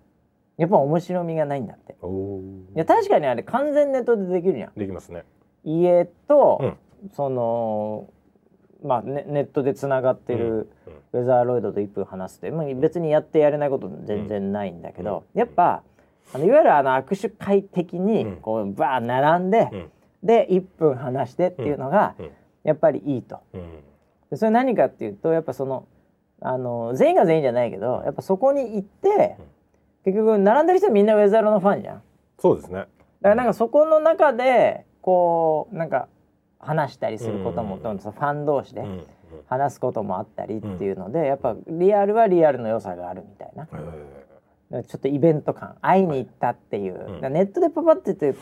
S1: やっぱ面白みがないんだって。
S2: おお。
S1: いや確かにあれ完全ネットでできるじゃん。
S2: できますね。
S1: 家と、そのまあネネットでつながってる
S2: うんうん
S1: ウェザーロイドと1分話すって、まあ、別にやってやれないこと全然ないんだけど、やっぱあのいわゆるあの握手会的に
S2: うん
S1: こうバー並んで、
S2: うん
S1: で1分話してっていうのが
S2: うんうん
S1: やっぱりいいと。
S2: うん。
S1: でそれ何かっていうとやっぱそのあの全員が全員じゃないけどやっぱそこに行って
S2: うん
S1: 結局並んでる人はみんなウェザーロのファンじゃん。
S2: そうですね。
S1: だからなんかそこの中でこうなんか話したりすることも、
S2: うんうんうん
S1: そのファン同士で
S2: うんうん。
S1: 話すこともあったりっていうので、やっぱリアルはリアルの良さがあるみたいな、
S2: え
S1: ちょっとイベント感会いに行ったっていう、
S2: うん
S1: だからネットでパパってて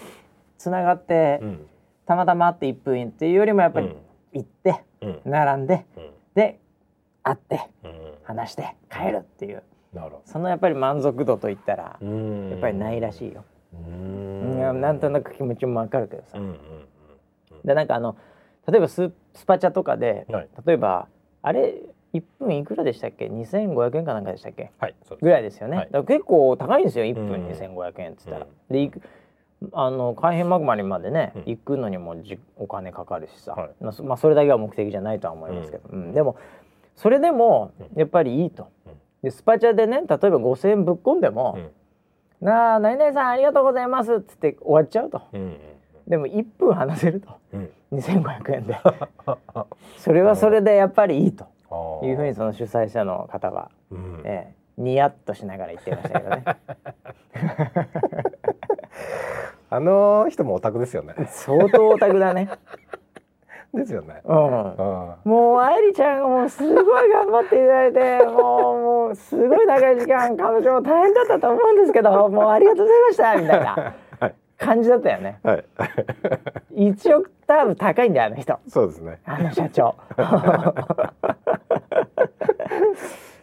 S1: つながって、
S2: えうん
S1: たまたま会って1分っていうよりもやっぱ
S2: う
S1: り
S2: ん
S1: 行って、
S2: うん
S1: 並んで
S2: うん
S1: で会って
S2: うん。
S1: 話して帰るっていう
S2: なるほ
S1: そのやっぱり満足度といったら、
S2: ど。うん。
S1: やっぱりないらしいよ。
S2: う
S1: い
S2: ん。
S1: やなんと
S2: く。
S1: なく気持ちもわかるけどさ
S2: うん。うん
S1: でなんかあの例えばススパチャとかで、
S2: うん。はい。
S1: 例えばあれ1分いくらでしたっけ2500円かなんかでしたっけ
S2: はい。そう
S1: ぐ
S2: です。
S1: らいですよね、
S2: はい
S1: だから結構高いんですよ1
S2: う
S1: 分
S2: ん
S1: 2500円っつったら、
S2: うん
S1: でいくあの海浜幕張までね、
S2: うん
S1: 行くのにもじお金かかるしさ、
S2: はい
S1: まあそまあ、それだけは目的じゃないとは思いますけど、うんでもそれでもやっぱりいいと
S2: うん。
S1: でスパチャでね例えば5,000円ぶっ込んでも「なあ何々さんありがとうございます」っつって終わっちゃうと
S2: うん。うん。
S1: でも1分話せると
S2: うん。 うん。
S1: 2500円でそれはそれでやっぱりいいと
S2: ああ。
S1: いうふうにその主催者の方が、
S2: うん。
S1: ええ、ニヤッとしながら言ってましたけ どね
S2: あの人もオタクですよね。
S1: 相当オタクだね、
S2: ですよね。
S1: うん、
S2: うん。
S1: もう愛理ちゃんがもうすごい頑張っていただいてもうもうすごい長い時間彼女も大変だったと思うんですけどもうありがとうございましたみたいな
S2: はい
S1: 感じだったよね
S2: はい
S1: 1オクターブ高いんだよあの人
S2: そうですね
S1: あの社長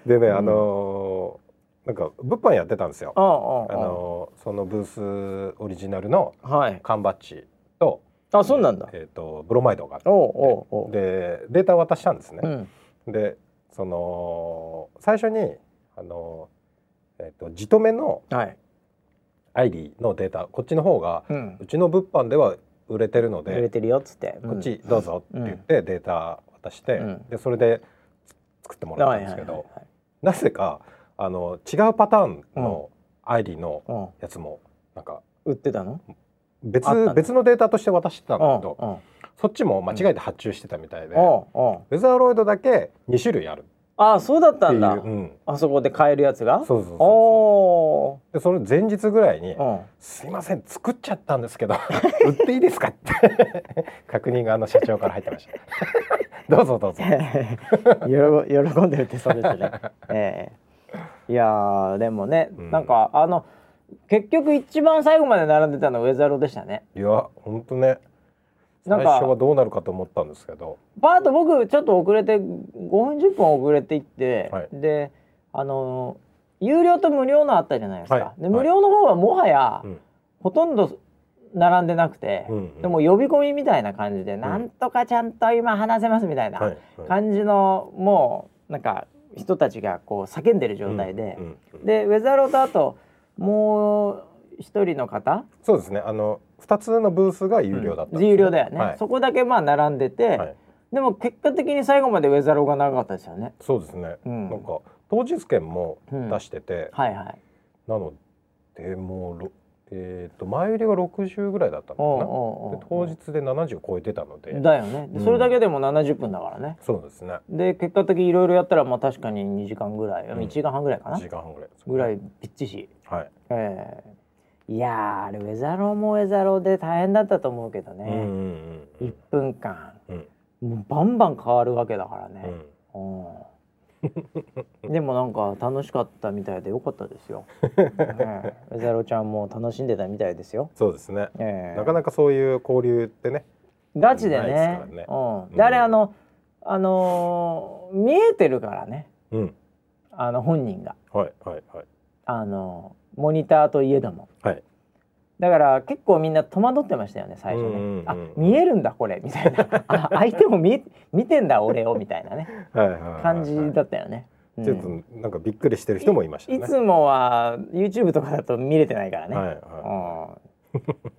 S2: でね、あのーなんか物販やってたんですよ
S1: う
S2: あ
S1: んうんうん
S2: のーそのブースオリジナルの
S1: はい
S2: 缶バッジと
S1: あそうなんだ
S2: えー、とブロマイドがあって
S1: おうおうおう
S2: でデータ渡したんですね
S1: う、ん
S2: でその最初にあのーえっ、と地止めの
S1: はい
S2: アイリーのデータこっちの方が
S1: うん
S2: うちの物販では売れてるの
S1: 売れ
S2: で
S1: てるよっつって
S2: こっちどうぞって言ってデータ渡して、
S1: うん
S2: でそれで作っても
S1: うん
S2: らっ
S1: は
S2: たん
S1: いはいは
S2: ですけ
S1: い
S2: ど、
S1: はい
S2: なぜかあの違うパターンのアイリーの
S1: うん
S2: やつもなんか
S1: 売ってたの
S2: 別
S1: あったんだ
S2: 別のデータとして渡してたん
S1: う
S2: だ
S1: ん
S2: けど、
S1: うんうん
S2: そっちも間違えて発注してたみたいで、
S1: うん
S2: ウェザーロイドだけ2種類ある
S1: あそうだっ
S2: ったてい
S1: ん
S2: う、
S1: だ
S2: うん、
S1: あそこで買えるやつが
S2: そうそうそうそ
S1: お
S2: うでその前日ぐらいに
S1: ー うん
S2: 「すいません作っちゃったんですけど 売っていいですか?」って 確認があの社長から入ってました どうぞどうぞ
S1: えー喜喜んでるってそう ですね。ええいやーでもね、
S2: うん
S1: なんかあの結局一番最後まで並んでたのはウェザロでしたね。
S2: いやほんとね
S1: な
S2: 最
S1: んか
S2: 初はどうなるかと思ったんですけど
S1: バーッと僕ちょっと遅れて5分10分遅れていって、
S2: はい
S1: であのー有料と無料のあったじゃないですか。
S2: はい
S1: で
S2: はい
S1: 無料の方はもはや、
S2: うん
S1: ほとんど並んでなくて、
S2: うんうん
S1: でも呼び込みみたいな感じで、なんとかちゃんと今話せますみたいな。
S2: はいはい
S1: 感じのもうなんか人たちがこう叫んでる状態で、
S2: うんうんうん
S1: でウェザーローとあともう一人の方
S2: そうですねあの2つのブースが有料だったんですね、
S1: 有料だよね、
S2: はい
S1: そこだけまあ並んでて、
S2: はい
S1: でも結果的に最後までウェザーローが長かったですよね。
S2: そうですね、
S1: うん
S2: なんか当日券も
S1: うん
S2: 出してて、
S1: はいはい、
S2: なのでもうろえっ、と前売りが60ぐらいだった
S1: おう
S2: のかなで
S1: おうお
S2: 当
S1: う
S2: 日で70超えてたので
S1: だよね、で
S2: うん
S1: それだけでも70分だからね
S2: そうですね
S1: で結果的にいろいろやったらまあ確かに2時間ぐらい、
S2: うん
S1: 1時間半ぐらいかな
S2: 1時間半ぐらいですね
S1: ぐらいびっちし、
S2: はい、
S1: ええいやーあれウェザーローもウェザーローで大変だったと思うけどね、
S2: うんうんうん
S1: 1分間
S2: うん
S1: もうバンバン変わるわけだから
S2: う
S1: ね、
S2: ん
S1: うんでもなんか楽しかったみたいでよかったです よ、ええウェザロちゃんも楽しんでたみたいですよ、
S2: そうですね、
S1: ええ
S2: なかなかそういう交流ってね
S1: ガチで
S2: ない
S1: ね
S2: ですからね
S1: うん、
S2: うん
S1: であれあのあのー見えてるからね
S2: うん
S1: あの本人が
S2: はいはいはい
S1: あのモニターといえども
S2: はい
S1: だから結構みんな戸惑ってましたよね最初ね、
S2: うんうんうん
S1: あ見えるんだこれみたいなあ相手も見え見てんだ俺をみたいなね
S2: はいはいはいはい
S1: 感じだったよね。うん
S2: ちょっとなんかびっくりしてる人もいましたね
S1: いつもは YouTube とかだと見れてないからね。
S2: はいは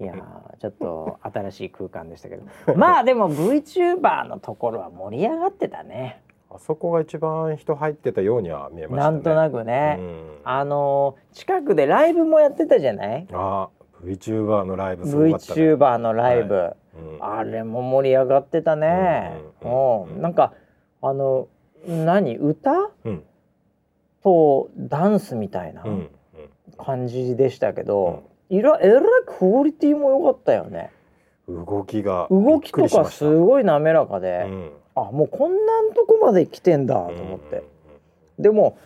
S1: うんいやーちょっと新しい空間でしたけど まあでも VTuber のところは盛り上がってたね
S2: いあそこが一番人入ってたようには見えました
S1: な
S2: ね
S1: んとなくね、
S2: うんあ
S1: あのー近くでライブもやってたじゃない、
S2: あ VTuber のライブすごかったね、
S1: VTuber のライブ、
S2: うん
S1: あれも盛り上がってたね、
S2: うんうんうんうん
S1: うんなんかあの何歌
S2: うん
S1: とダンスみたいな
S2: うん
S1: 感じでしたけど、
S2: うん
S1: いらえらいクオリティも良かったよね
S2: うん、動きが
S1: 動きとかすごい滑らか
S2: い
S1: で、あもうこんなんとこまで来てんだと思って、でも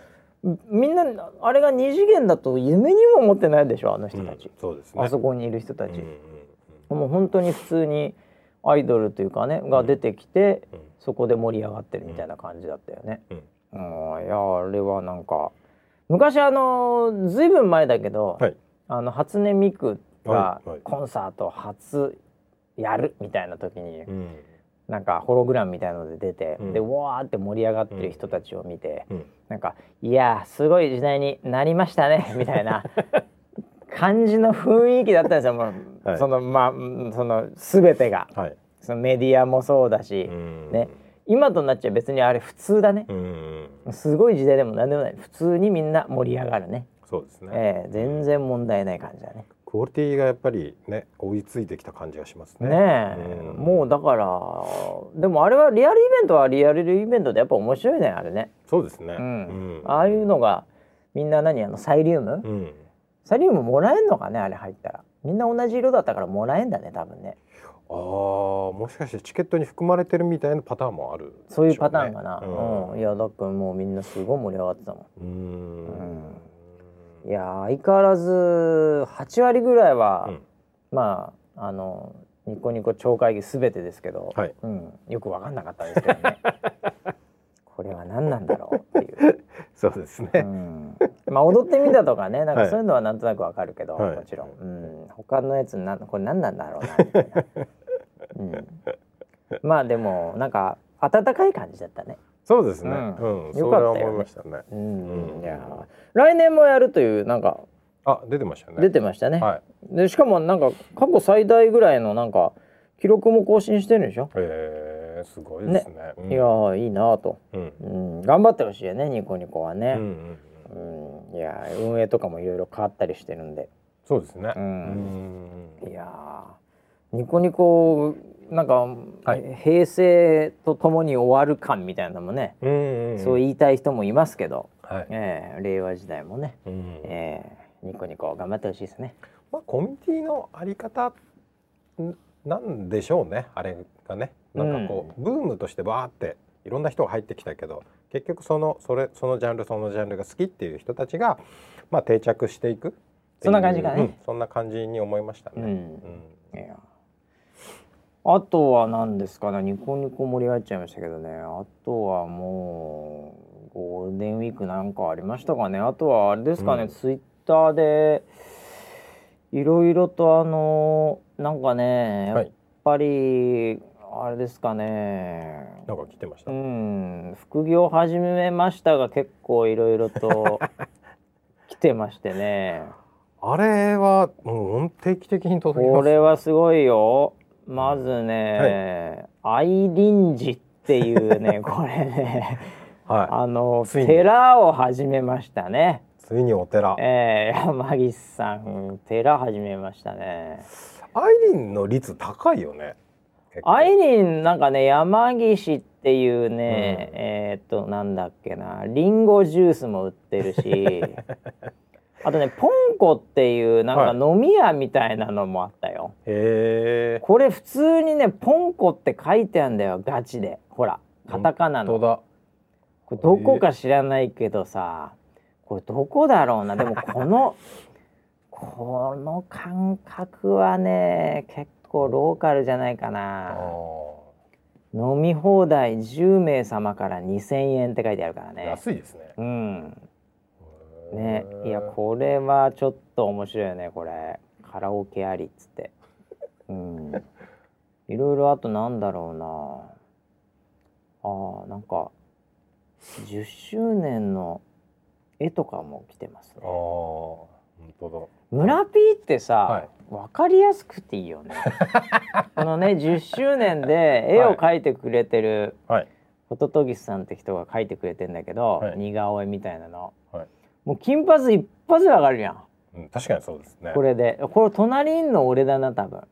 S1: みんなあれが二次元だと夢にも思ってないでしょあの人たち、
S2: そうですね
S1: あそこにいる人たち、
S2: うんうん
S1: もう本当に普通にアイドルというかねが出てきて、
S2: うん
S1: そこで盛り上がってるみたいな感じだったよね、
S2: うん
S1: うん、いやあれはなんか昔あのずいぶん前だけど、
S2: はい
S1: あの初音ミクが
S2: はいはい
S1: コンサート初やるみたいな時に、
S2: うん
S1: なんかホログラムみたいので出て、
S2: うん
S1: でうわーって盛り上がってる人たちを見て、
S2: うん
S1: なんか「いやーすごい時代になりました ね」みたいな感じの雰囲気だったんですよもう、
S2: はい
S1: そのまあうんその全てが
S2: はい
S1: そのメディアもそうだし、
S2: うん
S1: ね今となっちゃ別にあれ普通だね
S2: う、ん
S1: すごい時代でも何でもない普通にみんな盛り上がるね、
S2: そうですね、
S1: えー全然問題ない感じだね。
S2: クオリティがやっぱりね追いついてきた感じがしますね
S1: ねえ、
S2: うん
S1: もうだからでもあれはリアルイベントはリアルイベントでやっぱ面白いねあれね。
S2: そうですね、
S1: うん、ああいう
S2: の
S1: のがみんな何あのサイリウム、
S2: うん
S1: サイリウムもらえんのかねあれ入ったらみんな同じ色だったからもらえんだね多分ね
S2: ああもしかしてチケットに含まれてるみたいなパターンもある、
S1: そういうパターンかな、
S2: でし
S1: う
S2: ょうん
S1: いやだっくんもうみんなすごい盛り上がってたも
S2: うねうん
S1: うんんいやー相変わらず8割ぐらいは、
S2: うん
S1: まああのニコニコ超会議すべてですけど、
S2: はい
S1: うん、よく分かんなかったですけ どねこれは何なんだろうっていう、
S2: そうですね、
S1: うん、まあ踊ってみたとかねなん
S2: は
S1: か
S2: い
S1: そういうのはなんとなくわかるけど、
S2: はい
S1: もちろん、うん、他のやつなんこれ何なんだろうなみたいな、 うん、まあでもなんか温かい感じだったね、
S2: そうですね、
S1: う
S2: うんん
S1: よかったよ
S2: それは思いましたね
S1: うん
S2: うん
S1: いやー来年もやるというなんか
S2: あ出てましたね
S1: 出てましたね、
S2: はい
S1: でしかもなんか過去最大ぐらいのなんか記録も更新してるんでしょ、
S2: えー、すごいですねうん
S1: いやーいいなぁと、
S2: うん
S1: うん、頑張ってほしいよねニコニコは
S2: うんう
S1: ね、
S2: ん
S1: うんいやー運営とかもいろいろ変わったりしてるんで
S2: そうですね
S1: う
S2: うんん
S1: いやーニコニコなんか、
S2: はい
S1: 平成とともに終わる感みたいなのもね、
S2: うんうん
S1: そう
S2: い
S1: 言いたい人もいますけど、
S2: はい
S1: ええ令和時代もね、
S2: うん
S1: ええニコニコ頑張ってほしいですね。
S2: まあコミュニティのあり方んなんでしょうねあれがねなんかこう、ブームとしてバーっていろんな人が入ってきたけど結局そのそれそのジャンルそのジャンルが好きっていう人たちが、まあ、定着していくっていう
S1: そんな感じかね
S2: うんそんな感じに思いました
S1: うん
S2: ね。うん
S1: いやあとは何ですかねニコニコ盛り上がっちゃいましたけどねあとはもうゴールデンウィークなんかありましたかねあとはあれですかね、
S2: うん
S1: ツイッターでいろいろとあのなんかねや
S2: は
S1: っ
S2: い
S1: ぱりあれですかね
S2: なんか来てました。
S1: う
S2: うん
S1: ん副業始めましたが結構いろいろ と来てましてね。
S2: あれはもう定期的に届きます。
S1: これはすごいよ。まずね、アイリンジっていう ね、これね、
S2: は
S1: あの
S2: ついに
S1: 寺を始めましたね。
S2: い。ついにお寺。アイ
S1: えー、山岸さん、寺始めましたね。
S2: リンの率高いよね。結構
S1: アイリンなんかね、山岸っていうね、
S2: うん
S1: えーっとなんだっけな、リンゴジュースも売ってる し。あとね、ポンコっていうなんか飲み屋みたいなのもあったよ。
S2: へえ。
S1: これ普通にね「ポンコ」って書いてあるんだよガチでほらカタカナ
S2: 本当
S1: の
S2: だ。
S1: これどこか知らないけどさこれどこだろうなでもこ のこの感覚はね結構ローカルじゃないか
S2: あ
S1: な
S2: ー
S1: 飲み放題10名様から2,000円って書いてあるからね
S2: 安いですね。
S1: うんね
S2: へー
S1: いやこれはちょっと面白いよねこれカラオケありっつってうんいろいろあとなんだろうなあーなんか10周年の絵とかも来てます
S2: ああ、
S1: ね
S2: 本当
S1: 村ピーってさ、
S2: はい
S1: わかりやすくていいよねこの ね10周年で絵を描いてくれてる、
S2: だ。はい。
S1: ホトトギスさんって人が描いてくれてんだけど、
S2: はい
S1: 似顔絵みたいなの、
S2: はい
S1: もう金髪一発でわかるやん
S2: うん、確かにそうですね。
S1: これでこれ隣にいんの俺だな多分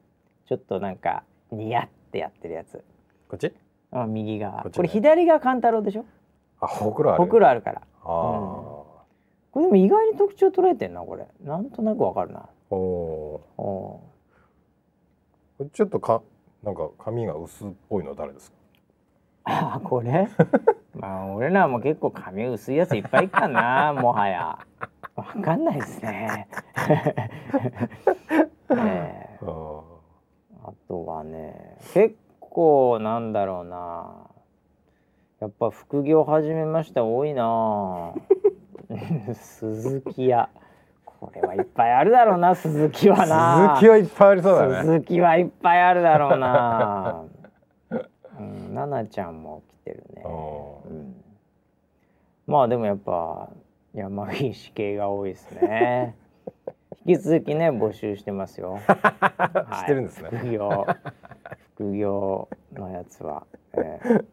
S1: ちょっとなんかニヤってやってるやつ
S2: こっち？
S1: あ右側こ,、
S2: こっちね
S1: れ左が勘太郎でしょ
S2: あ、ほくろある。
S1: ほくろあるから
S2: ああ。
S1: これでも意外に特徴捉えてんなこれなんとなくわかるな
S2: おおー。
S1: おー
S2: これちょっとか、なんか髪が薄っぽいの誰ですか？
S1: あこ れまあ俺らも結構髪薄いやついっぱいいっかなもはやわかんないです ねええ
S2: ああ。
S1: あとはね結構なんだろうなやっぱ副業始めました多い な鈴木屋これはいっぱいあるだろうな鈴木はな
S2: 続きはいっぱいありそうだね。
S1: 鈴木はいっぱいあるだろうな。 うん、奈々ちゃんも来てるね
S2: あ。
S1: うん、まあでもやっぱ山岸系が多いですね。 引き続きね募集してますよ。
S2: あ。 してるんですね。
S1: 副業副業のやつは、えー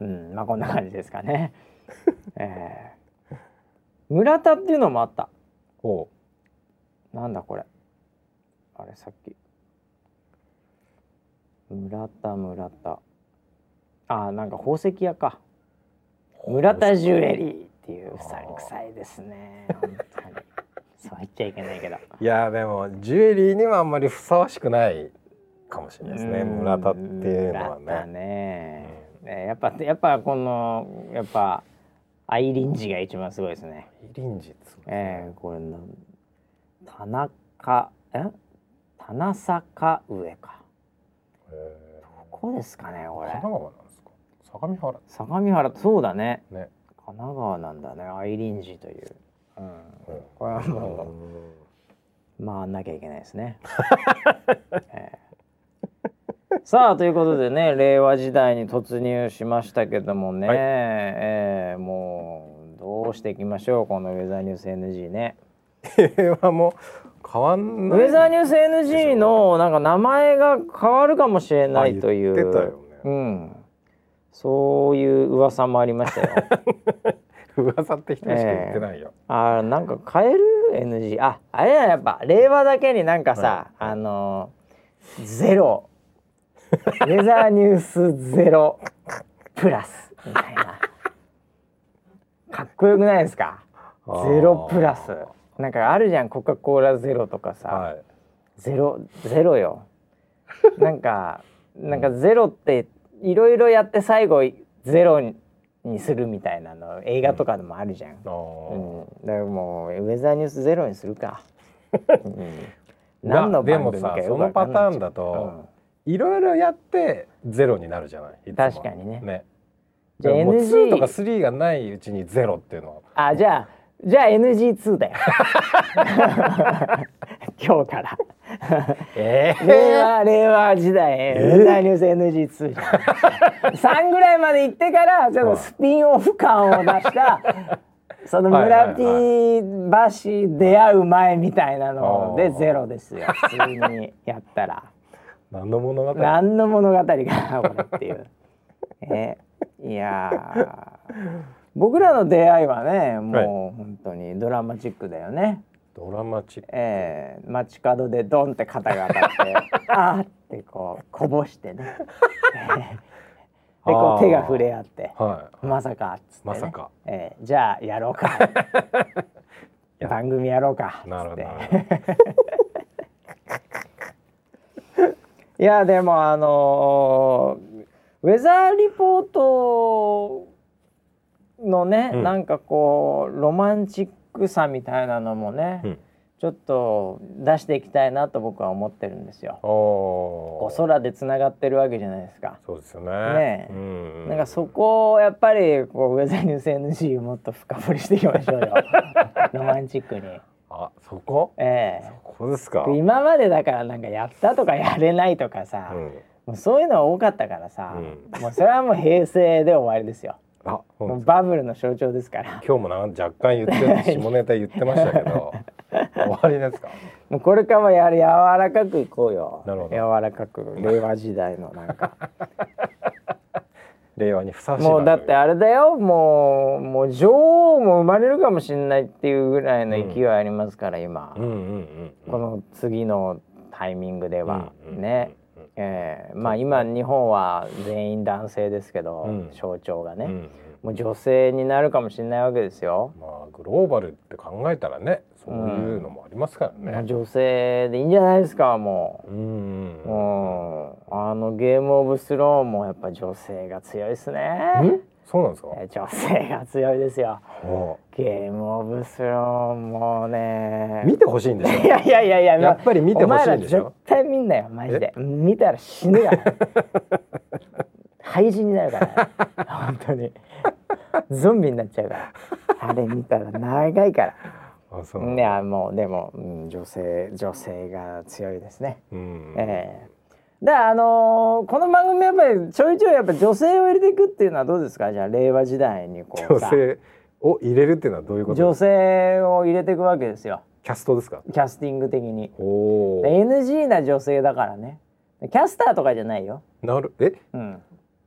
S1: うんまあこんな感じですかね。えー、村田っていうのもあった。
S2: おう
S1: なんだこれあれさっき村田村田あーなんか宝石屋か村田ジュエリーっていう
S2: あー
S1: さんくさいですね本当にそう言っちゃいけないけど
S2: いやでもジュエリーにはあんまりふさわしくないかもしれないですね村田っていうのは
S1: 村田
S2: ね。
S1: ねねやっぱやっぱこのやっぱ愛臨時が一番すごいですね。
S2: イリンジすごいです
S1: ええ
S2: ね
S1: これの田中え田中坂上か。
S2: え
S1: ここですかねこ
S2: ー神
S1: れ。
S2: 奈川なんですか相模原
S1: 相模原そうだね。
S2: ね。
S1: 神奈川なんだね愛臨時という。うん
S2: うん
S1: これは
S2: う
S1: も
S2: ん
S1: う回んなきゃいけないですね。 ええさあということでね令和時代に突入しましたけどもね、
S2: はい
S1: ええもうどうしていきましょうこのウェザーニュース NG ね。
S2: 平和も変わん
S1: ウ
S2: ない。
S1: ェザーニュース NG のなんか名前が変わるかもしれないという。
S2: あ言ってたよ
S1: う
S2: ね。
S1: ん。そういう噂もありましたよ。
S2: 噂って人しか言ってないよ。
S1: あーなんか変える NG ああれだやっぱ令和だけになんかさ、あのーゼロウェザーニュースゼロプラスみたいなかっこよくないですか
S2: あー
S1: ゼロプラスなんかあるじゃんコカ・コーラゼロとかさ、
S2: はい。
S1: ゼロゼロよなんかなんかゼロっていろいろやって最後ゼロにするみたいなの映画とかでもあるじゃん
S2: あー
S1: うん、だからもうウェザーニュースゼロにする か。うん、何の
S2: なで
S1: 番
S2: も
S1: 組か
S2: さ
S1: よ
S2: そ
S1: くわ
S2: の
S1: か
S2: パ
S1: ん
S2: タ
S1: な
S2: ーン
S1: い
S2: だといろいろやってゼロになるじゃないいつも
S1: 確かにね
S2: ね
S1: じゃあ
S2: でももう
S1: NG
S2: 2とか3がないうちにゼロっていうのは
S1: あじゃあじゃあ NG2 だよ。 今日から
S2: え
S1: 令和令和時代、
S2: ー
S1: ウェザーニュース NG2 じ ゃん三ぐらいまで行ってからちょっとスピンオフ感を出した。その村ティ橋出会う前みたいなのでゼロですよ普通にやったら。
S2: 何の物語だ
S1: 何の物語かなこれっていう。 えいやー僕らの出会いはねもう本当にドラマチックだよね。
S2: ドラマチック
S1: えー街角でドンって肩が当た って「あーってこうこぼしてね。えーでこ
S2: あー
S1: う手が触れ合って
S2: は
S1: 「まさか」っつって、ね
S2: まさか
S1: えーじゃあやろう か」
S2: や
S1: 番組やろうか」っつっ
S2: い
S1: て
S2: なるほどなるほ
S1: いやでもあのーウェザーリポートのね、
S2: うん
S1: なんかこうロマンチックさみたいなのもね、
S2: どうん
S1: ちょっと出していきたいなと僕は思ってるんですよ。
S2: お
S1: こ
S2: ー
S1: う空でつながってるわけじゃないですか。
S2: そうですよ
S1: ね
S2: ね
S1: え
S2: うん
S1: なんかそこをやっぱりこうウェザーニュース NG もっと深掘りしていきましょ うよロマンチックに。
S2: あそこ
S1: ええ
S2: ここですかうん
S1: 今までだからなんかやったとかやれないとかさ、もうそういうのは多かったからさ、
S2: う
S1: もうそれはもう平成で終わりですよ。
S2: あほん
S1: もうバブルの象徴ですから。
S2: 今日もな若干言ってる下ネタ言ってました けど終わりですか
S1: もうこれからはやる柔らかくいこうよ。
S2: なるほど
S1: 柔らかく令和時代のなん か。
S2: 令和にふさわしい
S1: もうだ
S2: 番
S1: っ
S2: 組
S1: てあれだよ。もうもう女王も生まれるかもしれないっていうぐらいの勢いありますから、今
S2: う。んうんうんうん
S1: この次のタイミングでは、
S2: うんうんうん
S1: ね。ええまあ今日本は全員男性ですけど、
S2: うん
S1: 象徴が
S2: う
S1: ね、
S2: んうん
S1: もう女性になるかもしれないわけですよ。
S2: まあグローバルって考えたらねそういうのもありますから
S1: もう
S2: ね。
S1: 女性でいいんじゃないですかもう。
S2: うんうん
S1: う
S2: うん
S1: ん、あのゲームオブスローンもやっぱ女性が強いです
S2: ん
S1: ね。
S2: そうなんですか。
S1: え女性が強いですよ。
S2: は
S1: ゲームオブスローンも
S2: あ
S1: ね。
S2: 見てほしいんでし
S1: い
S2: ょ。
S1: やいやいやいや、
S2: やっぱり見てほしいんでし
S1: お前ら絶
S2: ょ。
S1: 対見んなよ、マジで。見たら死ぬ から。廃人になるから。本当に。ゾンビになっちゃうから。あれ見たら長いから。
S2: あそうなん
S1: い
S2: だ。
S1: や、もう、でも、うん女性、女性が強いですね。
S2: うん。
S1: ええだからあのーこの番組やっぱりちょいちょいやっぱ女性を入れていくっていうのはどうですかじゃあ令和時代にこう
S2: 女
S1: さ
S2: 性を入れるっていうのはどういうこと
S1: 女
S2: ですか。
S1: 性を入れていくわけですよ
S2: キャストですか。
S1: キャスティング的に
S2: お
S1: で
S2: お。
S1: NG な女性だからねキャスターとかじゃないよ、
S2: なるえ
S1: うん、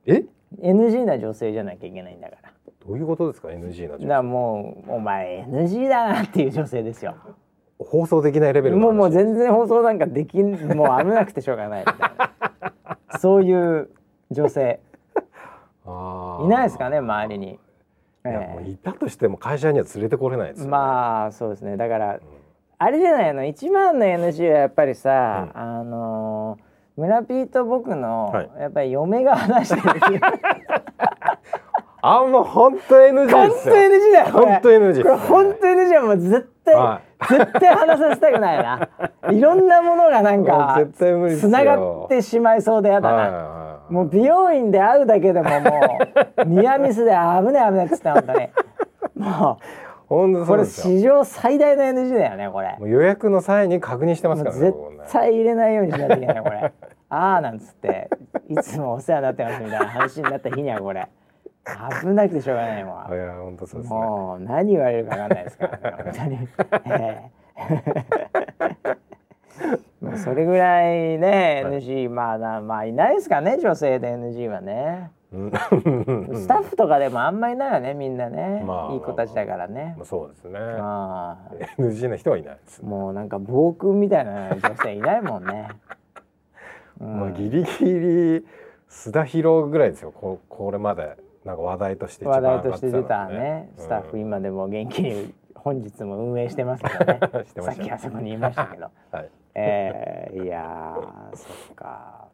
S2: え
S1: NG な女性じゃなきゃいけないんだから
S2: どういうことですか NG
S1: だ
S2: な女
S1: か
S2: 性
S1: らもうお前 NG だなっていう女性ですよ
S2: 放送できないレベルの
S1: もう
S2: 話
S1: もう全然放送なんかできんもう危なくてしょうがないみたいなそういう女性
S2: あー
S1: いないですかね周りに。
S2: いや
S1: ええ
S2: もういたとしても会社には連れてこれないですよね。
S1: まあそうですねだから、あれじゃないの一番の NG はやっぱりさ、あのー村ピーと僕の、
S2: はい
S1: やっぱり嫁が話して る
S2: あもう本当 NG
S1: 本
S2: です
S1: 当
S2: よ
S1: NG だよこれ
S2: 本当 NG ですね
S1: これ本当 NG だよもう絶対、
S2: は
S1: 絶対話させたくないないろんなものがなんか
S2: もう絶対無理ですよ
S1: 繋がってしまいそうでやだな、
S2: はい
S1: もう美容院で会うだけでもも うニアミスで危ねえ危ねえっつってた本当にも
S2: 本当
S1: う
S2: そ
S1: こ
S2: うで
S1: れ
S2: すよ
S1: 史上最大の NG だよねこれ
S2: もう予約の際に確認してます
S1: も
S2: か
S1: う
S2: らね
S1: 絶
S2: 僕もね
S1: 対入れないようにしないといけないこれ ああなんつっていつもお世話になってますみたいな話になった日にはこれ危なくてしょうがないもん
S2: いや本当そうですね
S1: もう何言われるかわかんないですからね本当に。え えもうそれぐらいね NG まあなまあいないですかね女性で NG は ね、
S2: うん
S1: スタッフとかでもあんまいないよねみんなね、
S2: まあ
S1: いい子たちだからね、
S2: まあそうですね
S1: まあ
S2: NG な人はいないですね
S1: もうなんか暴君みたいな女性いないもん ね、うん
S2: まあギリギリ須田博ぐらいですよここれまでなんか話題として一
S1: 話
S2: 番上
S1: 題
S2: が
S1: と
S2: っ
S1: して
S2: たの
S1: 出
S2: は
S1: たね、スタッフ
S2: うん
S1: 今でも元気に本日も運営してますけどね
S2: して
S1: さ
S2: ま
S1: っ
S2: した
S1: き
S2: ね
S1: あそこにいましたけ ど
S2: はい
S1: えー、いやーそっか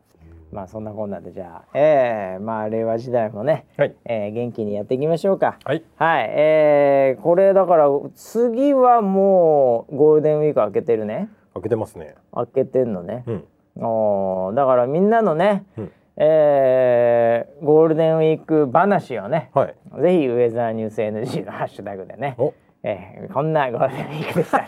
S1: まあそんなこんなでじゃあえー、まあ令和時代もね、
S2: はい
S1: えー、元気にやっていきましょうか
S2: はい
S1: はいえー、これだから次はもうゴールデンウィーク明けてるね
S2: 開けてますね
S1: 明けてんのね
S2: うん
S1: おーだからみんなのね、
S2: うん
S1: えー、ゴールデンウィーク話をね
S2: はい
S1: ぜひウェザーニュース NG のハッシュタグでね、
S2: お
S1: えー、こんなゴールデンウィークで した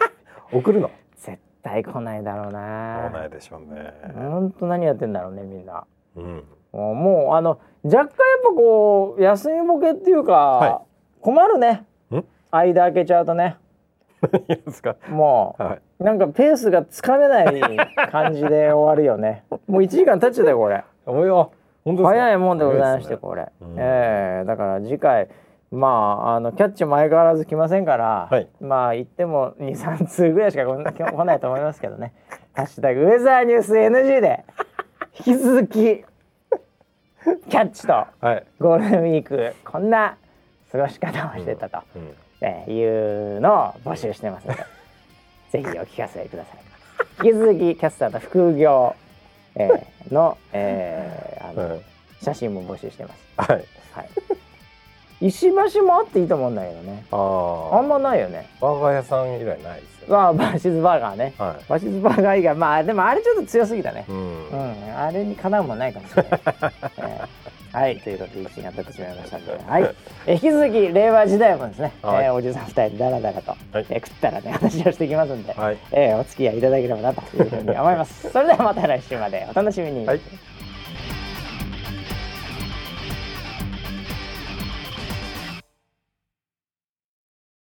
S2: 送るの
S1: 絶対来ないだろうな
S2: 来ないでしょうね
S1: 本当何やってんだろうねみんな
S2: うん
S1: もうもうあの若干やっぱこう休みボケっていうか、
S2: は
S1: 困るね
S2: ん い
S1: 間開けちゃうとね
S2: いですか
S1: も
S2: はいう
S1: なんかペースがつかめない感じで終わるよ ねもう1時間経っちゃったよこれ
S2: おや本当ですか
S1: 早いもんでございまして
S2: 早ですね
S1: これ、
S2: うん
S1: ええだから次回まああのキャッチも相変わらず来ませんから、
S2: はい
S1: まあ言っても23通ぐらいしかこん今日来ないと思いますけどね 「ハッシュタグウェザーニュース NG」で引き続きキャッチと
S2: はい
S1: ゴールデンウィークこんな過ごし方をしてたと、
S2: うん
S1: ええいうのを募集してますので ぜひお聞かせください引き続きキャスターと副業、ええの,、ええあの
S2: はい
S1: 写真も募集してます。
S2: はい
S1: はい。 石橋もあっていいと思うんだけどね。
S2: あ
S1: あ
S2: あ
S1: んまないよね。
S2: バーガー屋さん以来ないですよね
S1: まあバシズバーガーね。
S2: は
S1: バシズバーガー以外まあでもあれちょっと強すぎたね
S2: い。う。ん
S1: うん、あれにかなうもんないかもしれない。えーはいということで一時が経ってしまいましたので、はい、えー引き続き令和時代もですね、
S2: はい
S1: えーおじさん二人でダラダラと、
S2: はい
S1: えー食ったらね話をしていきますんで、
S2: はい
S1: えーお付き合いいただければなというふうに思います。それではまた来週までお楽しみに。
S2: はい